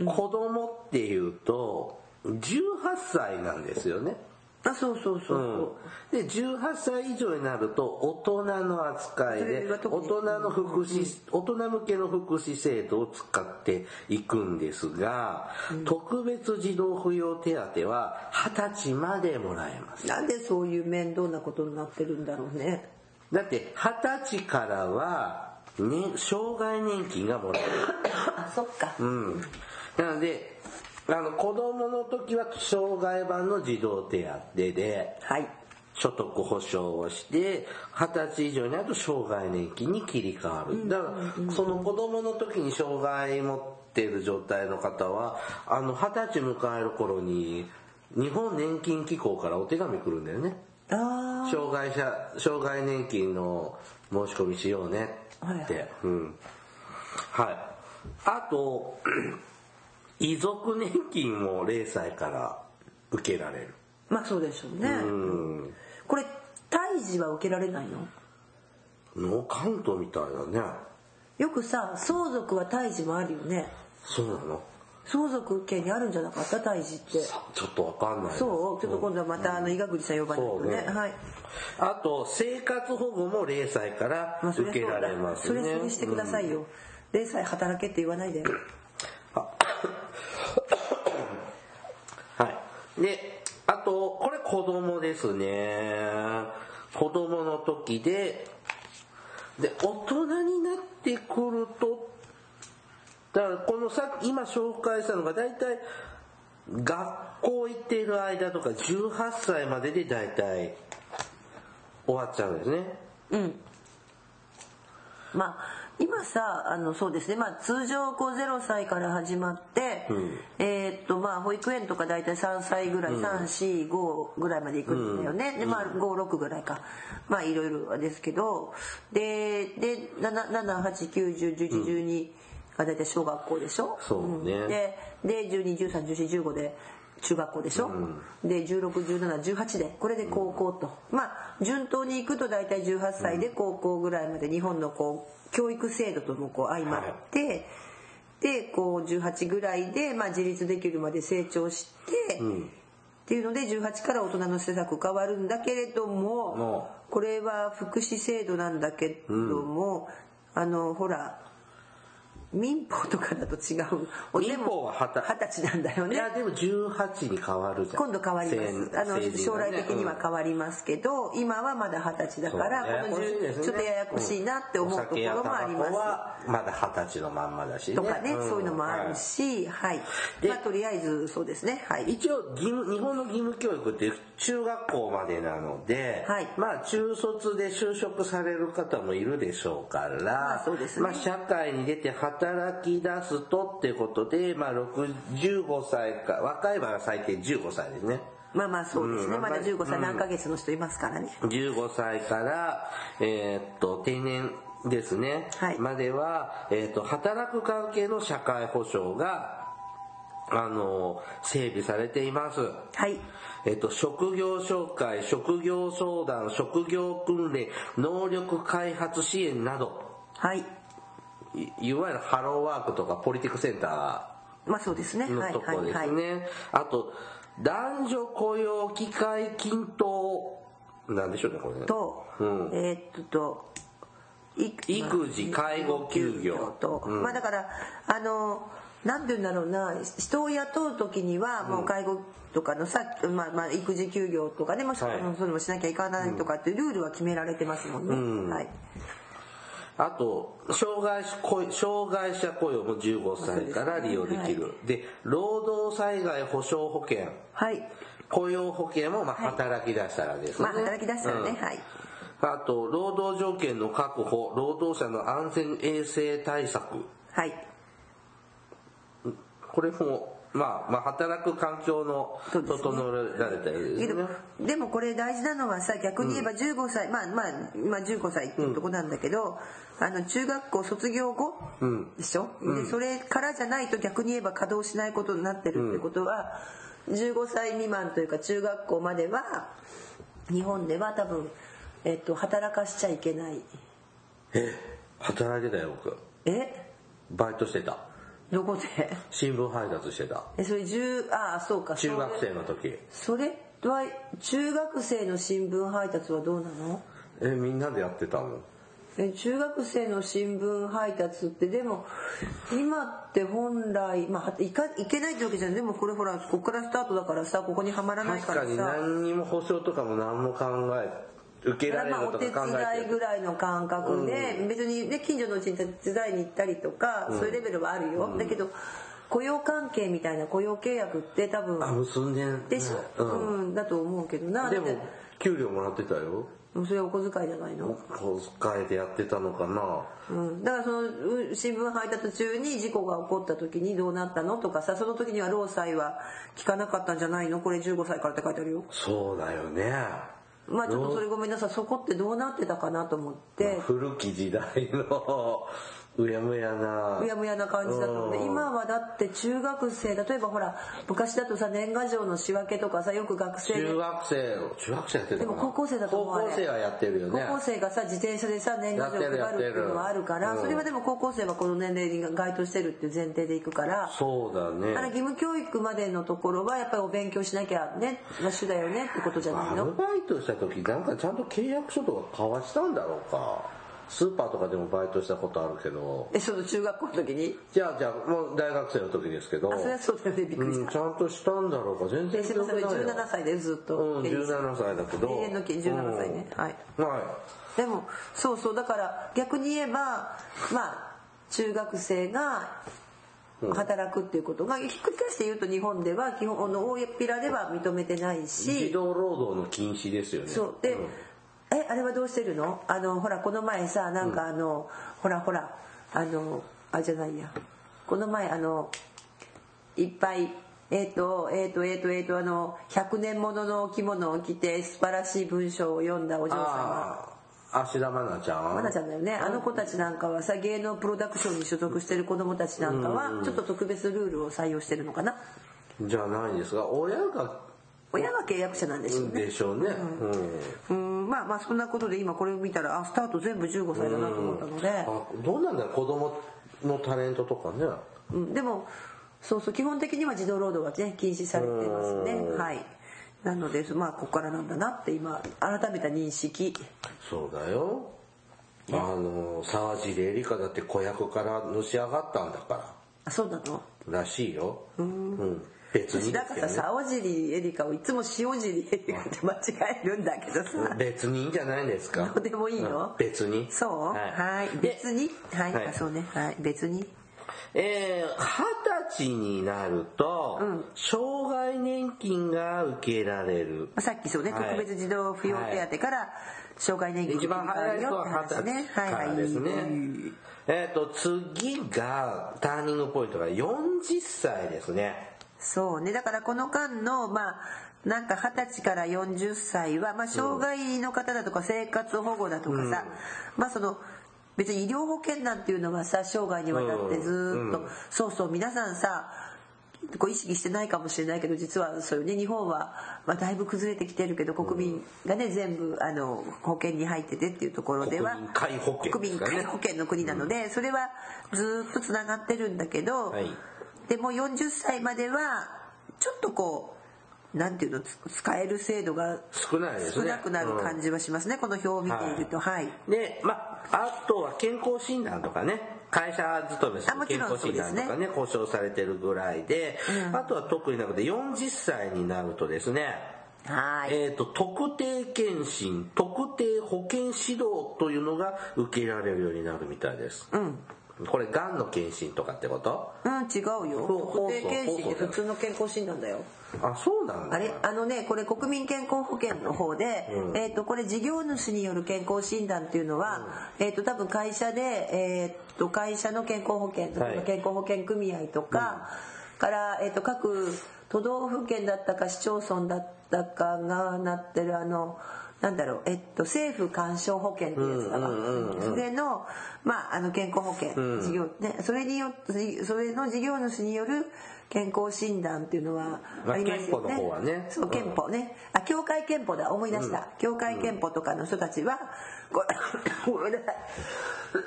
S1: 子供っていうと18歳なんですよね、
S2: あそうそうそうそう、
S1: で18歳以上になると大人の扱い
S2: そ
S1: で
S2: れは特
S1: 大
S2: に
S1: 人の福祉大人向けの福祉制度を使っていくんですが特別児童扶養手当は20歳までもらえます
S2: なんでそういう面倒なことになってるんだろ
S1: [laughs]
S2: うね
S1: だって20歳からは、ね、障害年金がもらえる
S2: あそっか、
S1: うん、なのであの子供の時は障害版の児童手当で
S2: はい
S1: 所得保障をして二十歳以上になると障害年金に切り替わるだからその子供の時に障害持ってる状態の方はあの二十歳迎える頃に日本年金機構からお手紙来るんだよね
S2: あ
S1: 障害者障害年金の申し込みしようねって、
S2: はい
S1: うんはいあと [clears throat] 遺族年金も0歳から受けられる
S2: あまあそうでしょうね、
S1: うん
S2: これ胎児は受けられないの
S1: ノーカウントみたいだね
S2: よくさ相続は胎児もあるよね
S1: そうなの
S2: 相続権にあるんじゃなかった胎児って
S1: さちょっとわかんないな
S2: そうちょっと今度はまたあの伊賀栗さん呼ばないとね
S1: そうね
S2: はい
S1: あと生活保護も0歳から
S2: まあそり
S1: 受
S2: ゃそ
S1: け
S2: うだ
S1: られますね
S2: それそれしてくださいよ、0歳働けって言わないで
S1: はい。で、あと、これ子供ですね。子供の時で、で、大人になってくると、だからこのさ今紹介したのが大体、学校行っている間とか18歳までで大体終わっちゃうんですね。
S2: うんまあ今さあのそうですね、まあ、通常こう0歳から始まって、
S1: ん
S2: えーっとまあ保育園とか大体3歳ぐらい、345ぐらいまで行くんだよね、でまあ56ぐらいかまあいろいろですけどでで789101112が大体小学校でしょ
S1: そうね
S2: んでで12131415で中学校でしょ、で161718でこれで高校と、まあ順当に行くと大体18歳で高校ぐらいまで日本のこう教育制度ともこう相まって、でこう18ぐらいで、まあ、自立できるまで成長して、っていうので18から大人の施策変わるんだけれども
S1: も
S2: これは福祉制度なんだけども、あのほら民法とかだと違うお
S1: 民
S2: でも
S1: 法ははた
S2: 二十歳なんだよ
S1: い
S2: ね
S1: や、でも18に変わるじゃん。
S2: 今度変わりますあの
S1: 成人
S2: 将
S1: がね
S2: 来的には変わりますけど、今はまだ二十歳だから、この
S1: そうややこしいですね
S2: 10ちょっとややこしいなって思うところもありま
S1: お酒や
S2: す
S1: タバコはまだ二十歳のまんまだしね
S2: とかね、
S1: ん
S2: そういうのもあるし、はい。
S1: で
S2: まあ、とりあえず、そうですね、は
S1: はい
S2: い。
S1: 一応義務日本の義務教育って中学校までなので、
S2: はい
S1: まあ中卒で就職される方もいるでしょうから、
S2: まあそうですね
S1: まあ社会に出て働き出すとってことで、まあ6 15歳か、若い場合は最低15歳ですね。
S2: まあまあ、そうですね、
S1: うん
S2: まだ15
S1: う
S2: 歳、
S1: ん
S2: 何ヶ月の人いますからね。
S1: 15歳から、えーっと定年ですね、
S2: はい
S1: までは、えーっと働く関係の社会保障があの整備されています。
S2: はい。
S1: えっと、職業紹介、職業相談、職業訓練、能力開発支援など、
S2: はい。
S1: いいわゆるハローワークとかポリティックセンタ
S2: まあ、そうですね、
S1: ーの
S2: はい、
S1: と
S2: は
S1: こ
S2: い、
S1: で
S2: はい
S1: す。ね。あと、男女雇用機会均等、なんでしょうね、これね。
S2: と、
S1: うん
S2: えーっと、い
S1: 育児介護休業
S2: と、まあだからあのなんて言うんだろうな人を雇う時にはもう介護とかのさ、まあ、まあ育児休業とかでもし、
S1: はい
S2: そういうのもしなきゃいけないとかっていうルールは決められてますもんね、
S1: うん
S2: はい、
S1: あと障害者雇用障害者雇用も15歳から利用できる。で、労働災害保障保険、
S2: はい、
S1: 雇用保険もまあ
S2: はい
S1: 働き出したらですね。
S2: まあ働き出したらね、
S1: うん
S2: はい
S1: あと、労働条件の確保、労働者の安全衛生対策。
S2: はい
S1: これも、まあ、まあ、働く環境の
S2: そうですね
S1: 整えられたりで
S2: け
S1: す
S2: ど
S1: ね。
S2: でもこれ大事なのはさ逆に言えば15歳、まあまあ今15歳っていうとこなんだけど、あの中学校卒業後
S1: うん
S2: でしょ、でそれからじゃないと逆に言えば稼働しないことになってるってことは、15歳未満というか中学校までは日本では多分、えっと、働かしちゃいけない
S1: え、働いてたよ、僕。
S2: え
S1: バイトしてた。
S2: どこで
S1: 新聞配達してた。
S2: えそれ10ああそうか
S1: 中学生の時。
S2: それそれは中学生の新聞配達はどうなの
S1: え、みんなでやってたもん。
S2: え中学生の新聞配達ってでも今って本来まあはいかいけないってわけじゃないでもこれほらここからスタートだからさここにはまらない
S1: 確
S2: か
S1: からに
S2: さ
S1: 何にも保証とかも何も考え、受けられる
S2: まあお
S1: と
S2: 手
S1: か考え
S2: 伝い
S1: て
S2: ぐ
S1: る。
S2: らいの感覚で、別にね近所のうちに手伝いに行ったりとか、そういうレベルはあるよ、だけど雇用関係みたいな雇用契約って多分
S1: あ、結んでん。
S2: でしょ、
S1: うん。
S2: うん、だと思うけどな
S1: で
S2: だっ
S1: も
S2: て、
S1: 給料もらってたよ。
S2: もうそれはお小遣いじゃないの、
S1: お小遣いでやってたのかな。
S2: うん、だからそのう新聞配達中に事故が起こった時にどうなったのとかさその時には労災は聞かなかったんじゃないのこれ15歳からって書いてあるよ
S1: そうだよね。
S2: まあちょっとそれごめんなさいそこってどうなってたかなと思って
S1: 古き時代のうやむやな
S2: うやむやな感じだったの
S1: う
S2: で
S1: ん
S2: 今はだって中学生例えばほら昔だとさ年賀状の仕分けとかさよく学生で
S1: 中学生中学生やってたかな
S2: でも高校生だと思うあ
S1: 高
S2: れ
S1: 校生はやってるよ
S2: 高
S1: ね
S2: 校生がさ自転車でさ年賀状を配る
S1: やっ
S2: ってて
S1: るや
S2: い
S1: ってる
S2: うのはあるから
S1: うん
S2: それはでも高校生はこの年齢に該当してるっていう前提でいくから
S1: そうだ
S2: だから
S1: ね
S2: 義務教育までのところはやっぱりお勉強しなきゃねラッシュだよねってことじゃない
S1: アル
S2: の
S1: バイトした時なんかちゃんと契約書とか交わしたんだろうかスーパーとかでもバイトしたことあるけど
S2: えその中学校の時に
S1: じゃあじゃあもう大学生の時ですけど
S2: あそれはそうだよねびっくり
S1: う
S2: し
S1: ん
S2: た
S1: ちゃんとしたんだろうか全
S2: え
S1: 然
S2: す
S1: 記
S2: いま
S1: 憶
S2: せん
S1: ないよ
S2: 17歳でずっと
S1: うん
S2: 永
S1: 17歳だけど
S2: 遠の金17歳ねはい
S1: うんは
S2: でもそうそうだから逆に言えばまあ中学生が働くっていうことがひっくり返して言うと日本では基本あの大っぴらでは認めてない
S1: い児
S2: し
S1: 童労働の禁止ですよね
S2: そうで、えあれはどうしてるのあのほらこの前さなんかあの、ほらほらあのあじゃないやこの前あのいっぱいえっ、とえっ、とえっ、とえっ、とあの100年ものの着物を着て素晴らしい文章を読んだお嬢様
S1: ああ芦田愛菜ちゃん
S2: 愛菜ちゃんだよねあの子たちなんかはさ芸能プロダクションに所属してる子供たちなんかはちょっと特別ルールを採用してるのかな
S1: じゃないですが親が
S2: 親は契約者なんでしょうね
S1: でしょうね、うん
S2: うんまあまあそんなことで今これを見たらあスタート全部15歳だなと思ったので、
S1: あどうなんだろう子供のタレントとかね
S2: うん、でもそうそう基本的には児童労働はね禁止されていますね
S1: うん
S2: はいなのでまあここからなんだなって今改めた認識
S1: そうだよあの沢尻エリカだって子役からのし上がったんだか
S2: あそうなの
S1: ららしいようん、別に
S2: だ
S1: で
S2: か
S1: すけど
S2: らさ
S1: ね
S2: 青尻エリカをいつも塩尻エリカって間違えるんだけどさ
S1: 別にいいんじゃないですか
S2: どうでも [laughs] いい
S1: うん
S2: の
S1: 別に
S2: そうはい
S1: で
S2: 別にはい、
S1: はい
S2: あそうねはい別に
S1: えー二十歳になると、
S2: うん
S1: 障害年金が受けられる
S2: まあさっきそうね、
S1: はい
S2: 特別児童扶養手当から障害年金
S1: 一番早い人は二
S2: って
S1: 十
S2: 話ね
S1: 歳からですね
S2: うん。
S1: えっと、次がターニングポイントが40歳ですね。
S2: そうねだからこの間のまあなんか二十歳から40歳は、まあ、障害の方だとか生活保護だとかさ、まあその別に医療保険なんていうのはさ生涯にわたってずーっと、
S1: うん
S2: そうそう皆さんさこう意識してないかもしれないけど実はそうよね日本は、まあ、だいぶ崩れてきてるけど国民がね全部あの保険に入っててっていうところでは
S1: 国民皆保険です
S2: 国民
S1: かね
S2: 皆保険の国なので、それはずーっとつながってるんだけど、
S1: はい
S2: でも40歳まではちょっとこうなんていうのつ使える制度が
S1: 少ないですね。
S2: 少なくなる感じはしますね、この表を見ているとはい、
S1: うん。で、まあ、あとは健康診断とかね、会社勤めす
S2: あ
S1: る
S2: もち
S1: 健
S2: ろん
S1: 康診断と
S2: そ
S1: か
S2: う
S1: ね、交渉されてるぐらいで、あとは特になくて40歳になるとですね、
S2: はーい
S1: えっと、特定健診、特定保健指導というのが受けられるようになるみたいです。
S2: うん
S1: これ、癌の検診とかってこと
S2: うん違うよ
S1: そう
S2: 特定健診って普通の健康診断だよ
S1: あ、そうそうなんだ
S2: あれあのねこれ国民健康保険の方で、
S1: うん
S2: えっとこれ事業主による健康診断っていうのは、えっと多分会社で、えっと会社の健康保険
S1: はい
S2: 例えば健康保険組合とか、から、えっと各都道府県だったか市町村だったかがなってるあのなんだろうえっと、政府干渉保険っていうやつだわ、
S1: うんうんうんうん
S2: それの,、まあ、あの健康保険、
S1: うん
S2: 事業ね、それによそれの事業主による健康診断っていうのは
S1: まあ
S2: あります
S1: 憲法
S2: よね。
S1: の方はね
S2: そうう、
S1: ん
S2: 憲法ね。あ、教会憲法だ。思い出した。教会憲法とかの人たちは、ご [coughs] ごめんなさい。 [coughs]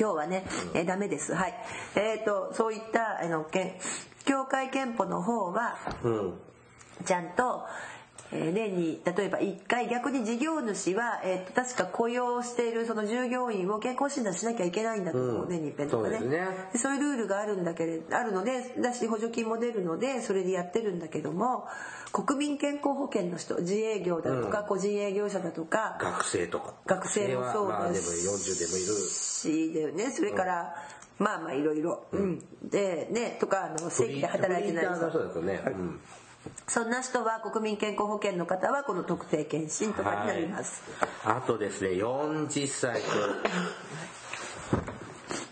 S2: 今日はね、えーダメです。はい。えっ、と、そういった、あの、け教会憲法の方は、
S1: うん
S2: ちゃんと、えー年に例えば1回逆に事業主は、えーと確か雇用しているその従業員を健康診断しなきゃいけないんだと思う、
S1: うん
S2: 年に一遍とかね
S1: そうですね
S2: でそういうルールがあるんだけれあるのでだし補助金も出るのでそれでやってるんだけども国民健康保険の人自営業だとか、
S1: うん
S2: 個人営業者だとか
S1: 学生とか
S2: 学生もそう
S1: まあ
S2: だ
S1: で
S2: し
S1: も40でもいる
S2: しだよねそれから、まあまあいろいろ、うん、でねとかあの正規で働いてない
S1: フリーターの人だとね、うん
S2: そんな人は国民健康保険の方はこの特定健診とかになります。
S1: はい、あとですね40歳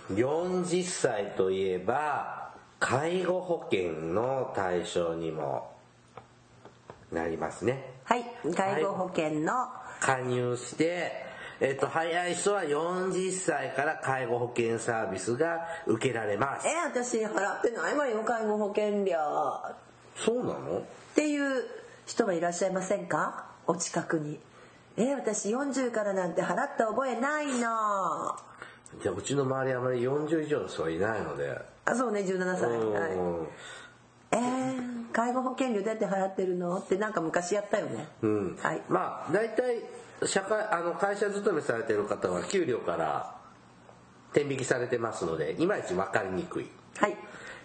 S1: と40歳といえば介護保険の対象にもなりますね
S2: はい、介護保険の、
S1: 加入してえっと、早い人は40歳から介護保険サービスが受けられます。
S2: え、私払ってないわよ、介護保険料。
S1: そうなの
S2: っていう人はいらっしゃいませんかお近くに。え、私40からなんて払った覚えないの。あ、
S1: じゃあ、うちの周りあまり40以上の人はいないので。
S2: そうね、17歳。はい、
S1: うん
S2: えー介護保険料どうやって払ってるのってなんか昔やったよね。
S1: うん
S2: はい。
S1: まあ大体社会あの会社勤めされてる方は給料から天引きされてますのでいまいち分かりにくい
S2: はい。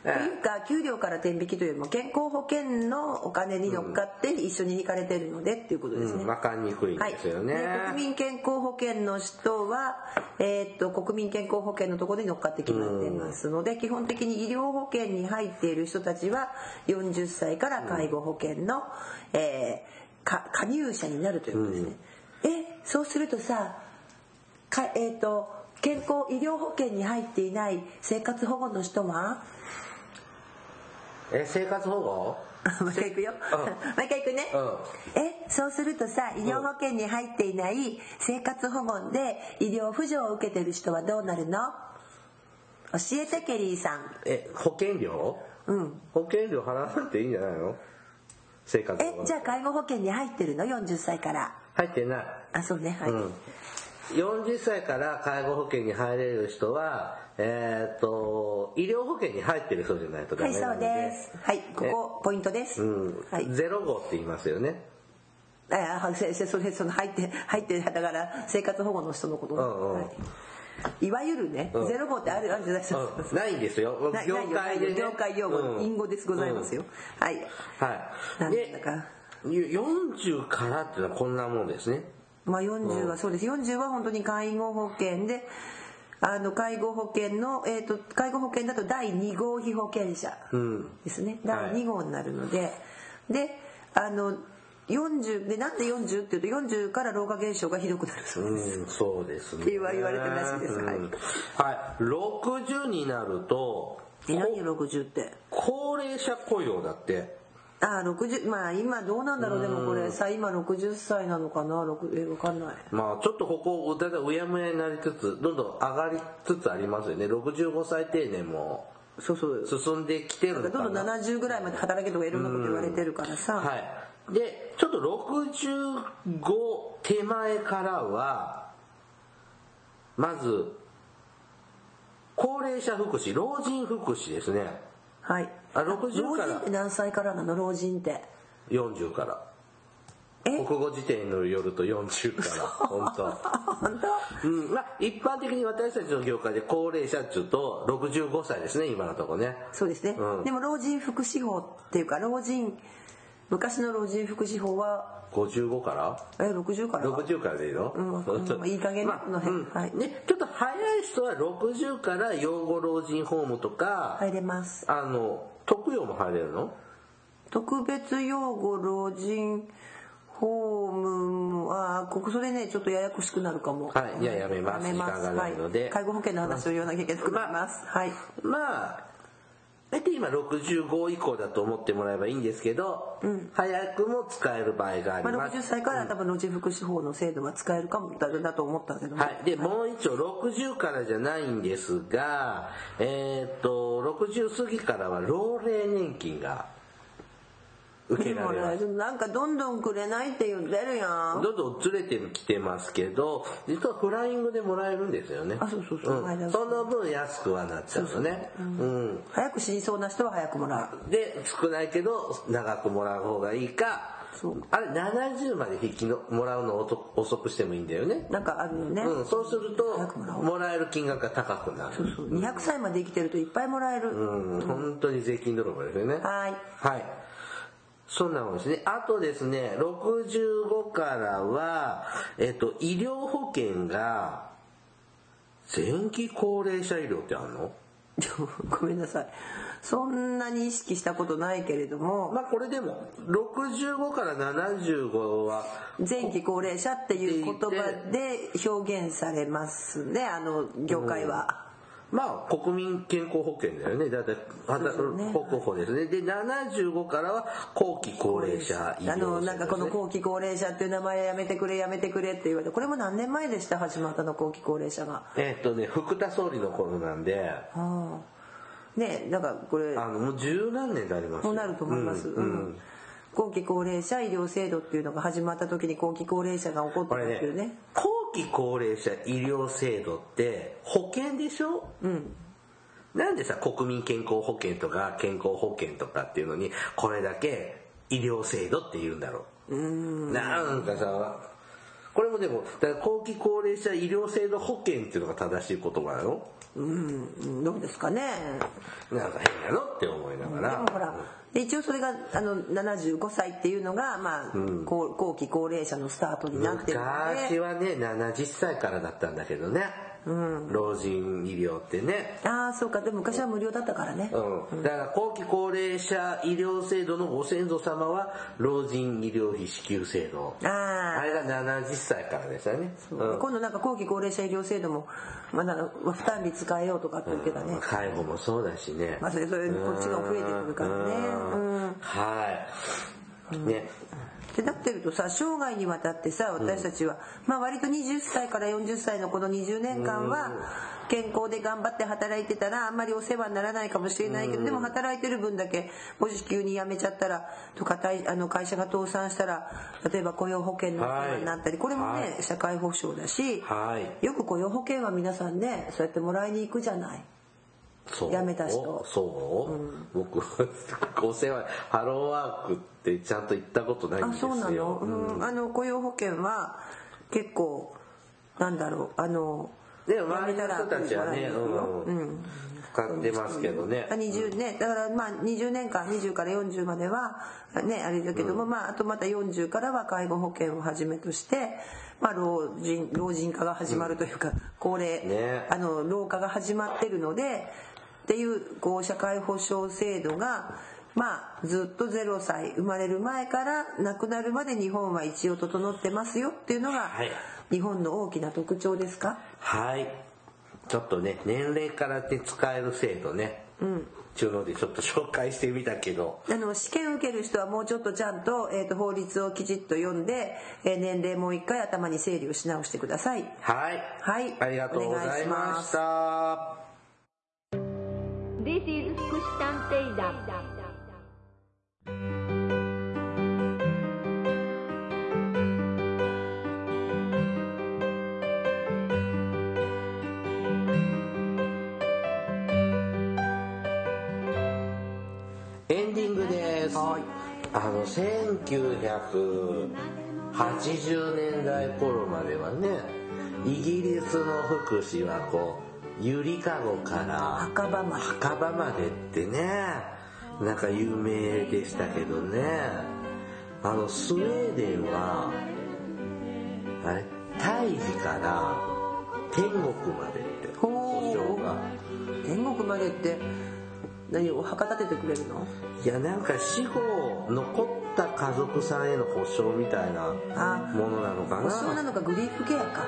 S2: と
S1: ええ
S2: いうか給料から天引きというよりも健康保険のお金に乗っかって一緒に引かれてるのでっていうことですね。
S1: 分かりにくいん
S2: はい
S1: ですよね、
S2: で国民健康保険の人は、えーっと国民健康保険のところに乗っかって決まってますので基本的に医療保険に入っている人たちは40歳から介護保険の、えーか加入者になるということですね。えそうするとさかえーっと健康医療保険に入っていない生活保護の人は
S1: え生活保護
S2: [laughs] もう一回行くよ。
S1: うん
S2: もう一回行くね。え、そうするとさ、医療保険に入っていない生活保護で医療扶助を受けてる人はどうなるの教えて、ケリーさん。
S1: え保険料
S2: うん。
S1: 保険料払わなくていいんじゃないの生活保護
S2: え、じゃあ介護保険に入ってるの ?40 歳から。
S1: 入ってない、
S2: あ、そうね、はい。
S1: うん40歳から介護保険に入れる人は、えーっと、医療保険に入ってる人じゃないとダ
S2: はい、
S1: メ
S2: そ
S1: な
S2: う
S1: ので、
S2: です。はい、ここ、ポイントです。
S1: うん、
S2: はい。
S1: ゼロ号って言いますよね。
S2: あ、はせせそれ、その、入って、入って、だから、生活保護の人のことね、
S1: うんうん
S2: はい。いわゆるね、
S1: うん
S2: ゼロ号ってある、あるじゃないですか。
S1: うんないんですよ。
S2: ない
S1: 業界で、ね。
S2: 業界用語、
S1: うん
S2: 隠語ですございますよ。。はい。
S1: うん
S2: な
S1: は
S2: ん
S1: い。で
S2: だ、か。
S1: 40からっていうのはこんなもんですね。
S2: まあ、40はそうです、40は本当に介護保険であの介護保険の、えー、と介護保険だと第2号被保険者
S1: うん。
S2: ですね、
S1: はい
S2: 第2号になるので、であの40でなんで40っていうと40から老化現象がひどくなるそうです、
S1: うん、そうですね。
S2: って言わ言われてなしですはい
S1: うんはい。60になると、
S2: え
S1: こ
S2: 何よ60って
S1: 高齢者雇用だって。
S2: ああ60まあ今どうなんだろうでもこれさ今60歳なのかな6え分かんない
S1: まあちょっとここ、だんだんうやむやになりつつ、どんどん上がりつつありますよね。65歳定年も
S2: そうそう
S1: 進んできてる
S2: だ
S1: の
S2: か
S1: から
S2: ど
S1: な。
S2: んどん70ぐらいまで働けとかいろんなこと言われてるからさ、
S1: はい。で、ちょっと65手前からは、まず、高齢者福祉、老人福祉ですね。
S2: はい。
S1: あ60から
S2: 老人って何歳からなの老人って。
S1: 40から。
S2: え
S1: 国語辞典によると40から、本当。
S2: 本
S1: う
S2: 当
S1: ん、まあ一般的に私たちの業界で高齢者っつうと65歳ですね、今のとこね。
S2: そうですね、
S1: うん
S2: でも老人福祉法っていうか、老人、昔の老人福祉法は、
S1: 55から
S2: え、60から
S1: 60からでいいの、
S2: ん
S1: 本当
S2: うんいい加減
S1: まあ
S2: この辺
S1: うん
S2: はい
S1: ね、ちょっと早い人は60から養護老人ホームとか、
S2: 入れます。
S1: あの特養も入れるの
S2: 特別養護老人ホームもああここそれねちょっとややこしくなるかも
S1: はいじゃあやめます
S2: やめま
S1: 時間がないので
S2: はい、介護保険の話を言わなきゃいけなくなります、はい
S1: まあ大体今65以降だと思ってもらえばいいんですけど、早くも使える場合があり
S2: ま
S1: ま
S2: あ、
S1: す
S2: 60歳から多分老人福祉法の制度は使えるかもだだと思ったけども、
S1: はい。で、もう一丁、60からじゃないんですが、えーっと、60過ぎからは老齢年金が受け
S2: で
S1: ら
S2: も
S1: れます。
S2: ねなんかどんどんくれないって言ってるやん
S1: どんどんずれてきてますけど、実はフライングでもらえるんですよね。
S2: あそうそうそう前
S1: ん
S2: 田
S1: そ
S2: さん
S1: の分安くはなっちゃうのね。うん。
S2: 早く死にそうな人は早くもらう
S1: で少ないけど長くもらう方がいいか
S2: そう
S1: あれ70まで引きのもらうのを遅遅くしてもいいんだよね
S2: なんかあるよね、
S1: うん、そうすると
S2: 早くもらおう
S1: もらえる金額が高くなる
S2: そうそう200歳まで生きてるといっぱいもらえる、
S1: うん本当に税金泥棒ですよね
S2: はい [laughs]
S1: はいそんなもんですねあとですね65からは、えっと、医療保険が前期高齢者医療ってあるの
S2: でもごめんなさいそんなに意識したことないけれども
S1: まあこれでも65から75は
S2: 前期高齢者っていう言葉で表現されますねあの業界は、
S1: まあ、国民健康保険だよね。だって、働
S2: そうですね
S1: 保護法ですね。で、75からは後期高齢者医療制度ですね
S2: あのなんかこの後期高齢者っていう名前やめてくれやめてくれって言われてこれも何年前でした始まったの後期高齢者が、
S1: えっとね、福田総理の頃なんで、
S2: はあ、ねえなんかこれ
S1: あの、もう十何年になりますよ
S2: そうなると思います、
S1: うん
S2: う
S1: うんん
S2: 後期高齢者医療制度っていうのが始まった時に後期高齢者が起こっ
S1: こ
S2: たって
S1: れ
S2: いうね
S1: ね、後期高齢者医療制度って保険でしょ
S2: うん
S1: なんでさ、国民健康保険とか健康保険とかっていうのに、これだけ医療制度って言うんだろう。なんかさ、これもでも、だから後期高齢者医療制度保険っていうのが正しい言葉なの
S2: うんどうですかね
S1: なんか変なのって思いなが
S2: で
S1: ら。
S2: もほらで一応それがあの75歳っていうのが、まあこう後期高齢者のスタートになってるの
S1: 昔
S2: で
S1: はね、70歳からだったんだけどね。老人医療ってね。
S2: ああそうかでも昔は無料だったからね、
S1: うん、だから後期高齢者医療制度のご先祖様は老人医療費支給制度
S2: ああ
S1: あれが70歳からでしたね。うん
S2: 今度なんか後期高齢者医療制度も、まあ、なんか負担率使えようとかって言ってたね、
S1: 介護もそうだしね。
S2: まあそれそれこっちが増えてくるからね
S1: うん
S2: うん
S1: はい。ね。
S2: ってなってるとさ生涯にわたってさ私たちは、まあ、割と20歳から40歳のこの20年間は健康で頑張って働いてたらあんまりお世話にならないかもしれないけどでも働いてる分だけもし急に辞めちゃったらとかたいあの会社が倒産したら例えば雇用保険のお世話になったりこれもね
S1: はい
S2: 社会保障だし
S1: はい。
S2: よく雇用保険は皆さんねそうやってもらいに行くじゃない。
S1: そう。
S2: 辞めた人
S1: そう、僕、 [laughs] お世話、ハローワークってちゃんと行ったことないん
S2: あ
S1: ですよ。
S2: そうなの、う
S1: うん
S2: んあの雇用保険は結構なんだろうあの
S1: でも周りの
S2: や
S1: 人
S2: めた
S1: た
S2: ら
S1: ちはね、
S2: もらえる
S1: う
S2: よ
S1: ん。使ってますけどね。
S2: 20ね、だからまあ20年間20から40まではねあれだけども、まあ、あとまた40からは介護保険をはじめとして、まあ、老人老人化が始まるというか、高齢、
S1: ね
S2: あの老化が始まってるのでっていうこう社会保障制度が。まあ、ずっと0歳生まれる前から亡くなるまで日本は一応整ってますよっていうのが
S1: はい
S2: 日本の大きな特徴ですか、
S1: はい。ちょっとね、年齢からって使える制度ね。うん。ちゅうのでちょっと紹介してみたけど。
S2: あの試験受ける人はもうちょっとちゃんと,、えーと法律をきちっと読んで、えー年齢もう一回頭に整理をし直してください。
S1: はい。
S2: はい
S1: ありがとうございました。
S3: This is 福祉探偵団
S1: エンディングです。あの、1980年代頃まではね、イギリスの福祉はこう、ゆりかごから
S2: 墓場まで
S1: 墓場までってね、なんか有名でしたけどね、あの、スウェーデンは、あれ、胎児から天国までって、
S2: ほう
S1: 故障が。
S2: 天国までって何お墓建ててくれるの
S1: いやなんか死後残った家族さんへの保証みたいな
S2: あ
S1: ものなのか
S2: 保証な
S1: な
S2: のかグリーフケアか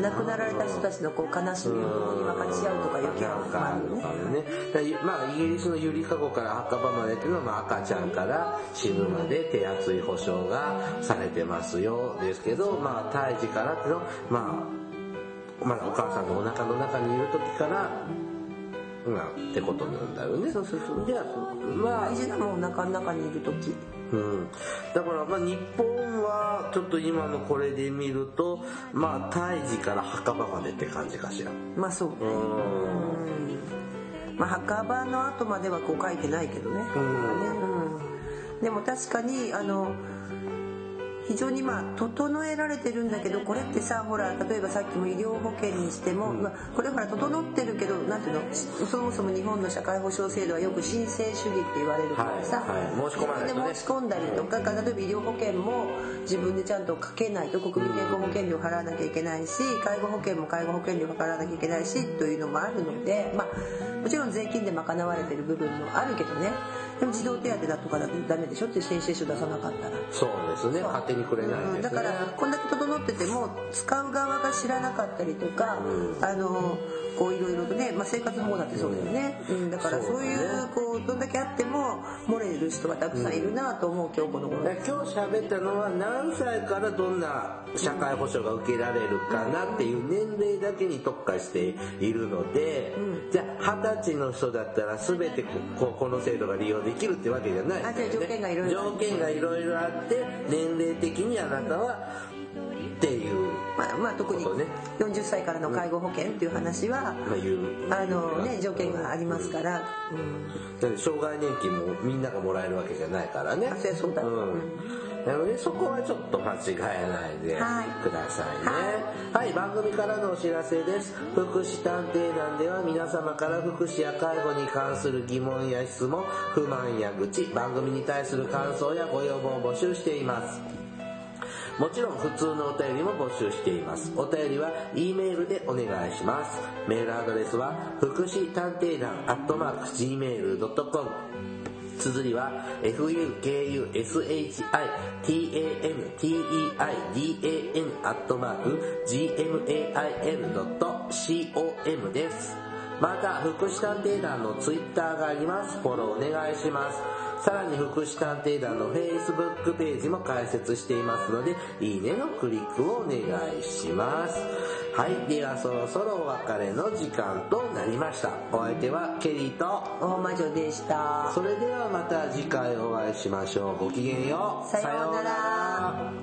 S2: 亡くなられた人たちのこう悲しみを共に分かち合うとか余計な
S1: なん
S2: ことも
S1: か
S2: あ
S1: あ
S2: る
S1: る
S2: よ
S1: の
S2: ね
S1: かねだからまあイギリスのゆりかごから墓場までっていうのは、まあ、赤ちゃんから死ぬまで手厚い保証がされてますよですけどまあ胎児からっていうのはまあまだお母さんのお腹の中にいる時からまあってことなんだよね
S2: そうそうそう
S1: じゃあまあ
S2: 大事なもんお腹の中にいる時
S1: うん、だからまあ日本はちょっと今のこれで見るとまあ胎児から墓場までって感じかしらう
S2: まあそうね
S1: ん
S2: うんまあ、墓場の後まではこう書いてないけどね,、
S1: うん
S2: ねうんでも確かにあの非常にまあ整えられてるんだけどこれってさほら例えばさっきも医療保険にしても、まあ、これほら整ってるけどなんていうのしそもそも日本の社会保障制度はよく申請主義って言われるからさ、
S1: はいはい申し込まないとね
S2: 自分で申し込んだりとか、例えば医療保険も自分でちゃんとかけないと国民健康保険料払わなきゃいけないし介護保険も介護保険料払わなきゃいけないしというのもあるので、まあ、もちろん税金で賄われてる部分もあるけどねでも児童手当だとかだとダメでしょっていう申請書出さなかったら。
S1: そうですね勝手にくれないです
S2: う
S1: ね
S2: んだからこんだけ整ってても使う側が知らなかったりとか、あのこういろいろとね、まあ、生活保護だってそうだよね、うん、だから
S1: そう
S2: そ
S1: だ
S2: う
S1: ね
S2: いうこうどんだけあっても漏れる人がたくさんいるなと思う今日この頃
S1: だから今日喋ったのは何歳からどんな社会保障が受けられるかなっていう年齢だけに特化しているので、じゃあ二十歳の人だったら全てこここの制度が利用できるってわけじゃないんだよね
S2: あじゃあ条件がいろいろある
S1: 条件がいろいろあって年齢的にあなたはっていう、
S2: まあまあ、特に
S1: そうね
S2: 40歳からの介護保険っていう話は、
S1: まあ、いう
S2: あのね、条件がありますから、うん
S1: だって障害年金もみんながもらえるわけじゃないからね
S2: あそうやそうだ
S1: うん、なのでそこはちょっと間違えないで
S2: はい
S1: くださいねはい、番組からのお知らせです福祉探偵団では皆様から福祉や介護に関する疑問や質問不満や愚痴番組に対する感想やご要望を募集していますもちろん普通のお便りも募集しています。お便りは E メールでお願いします。メールアドレスは、福祉探偵団アットマーク Gmail.com 綴りは fukushitanteidan アットマーク gmail.com です。また、福祉探偵団のツイッターがあります。フォローお願いします。さらに、福祉探偵団の Facebook ページも開設していますので、いいねのクリックをお願いします。はい、ではそろそろお別れの時間となりました。お相手はケリーと、
S2: 大魔女でした
S1: それではまた次回お会いしましょうごきげんよう
S2: さようなら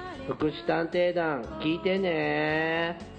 S1: 福祉探偵団聞いてねー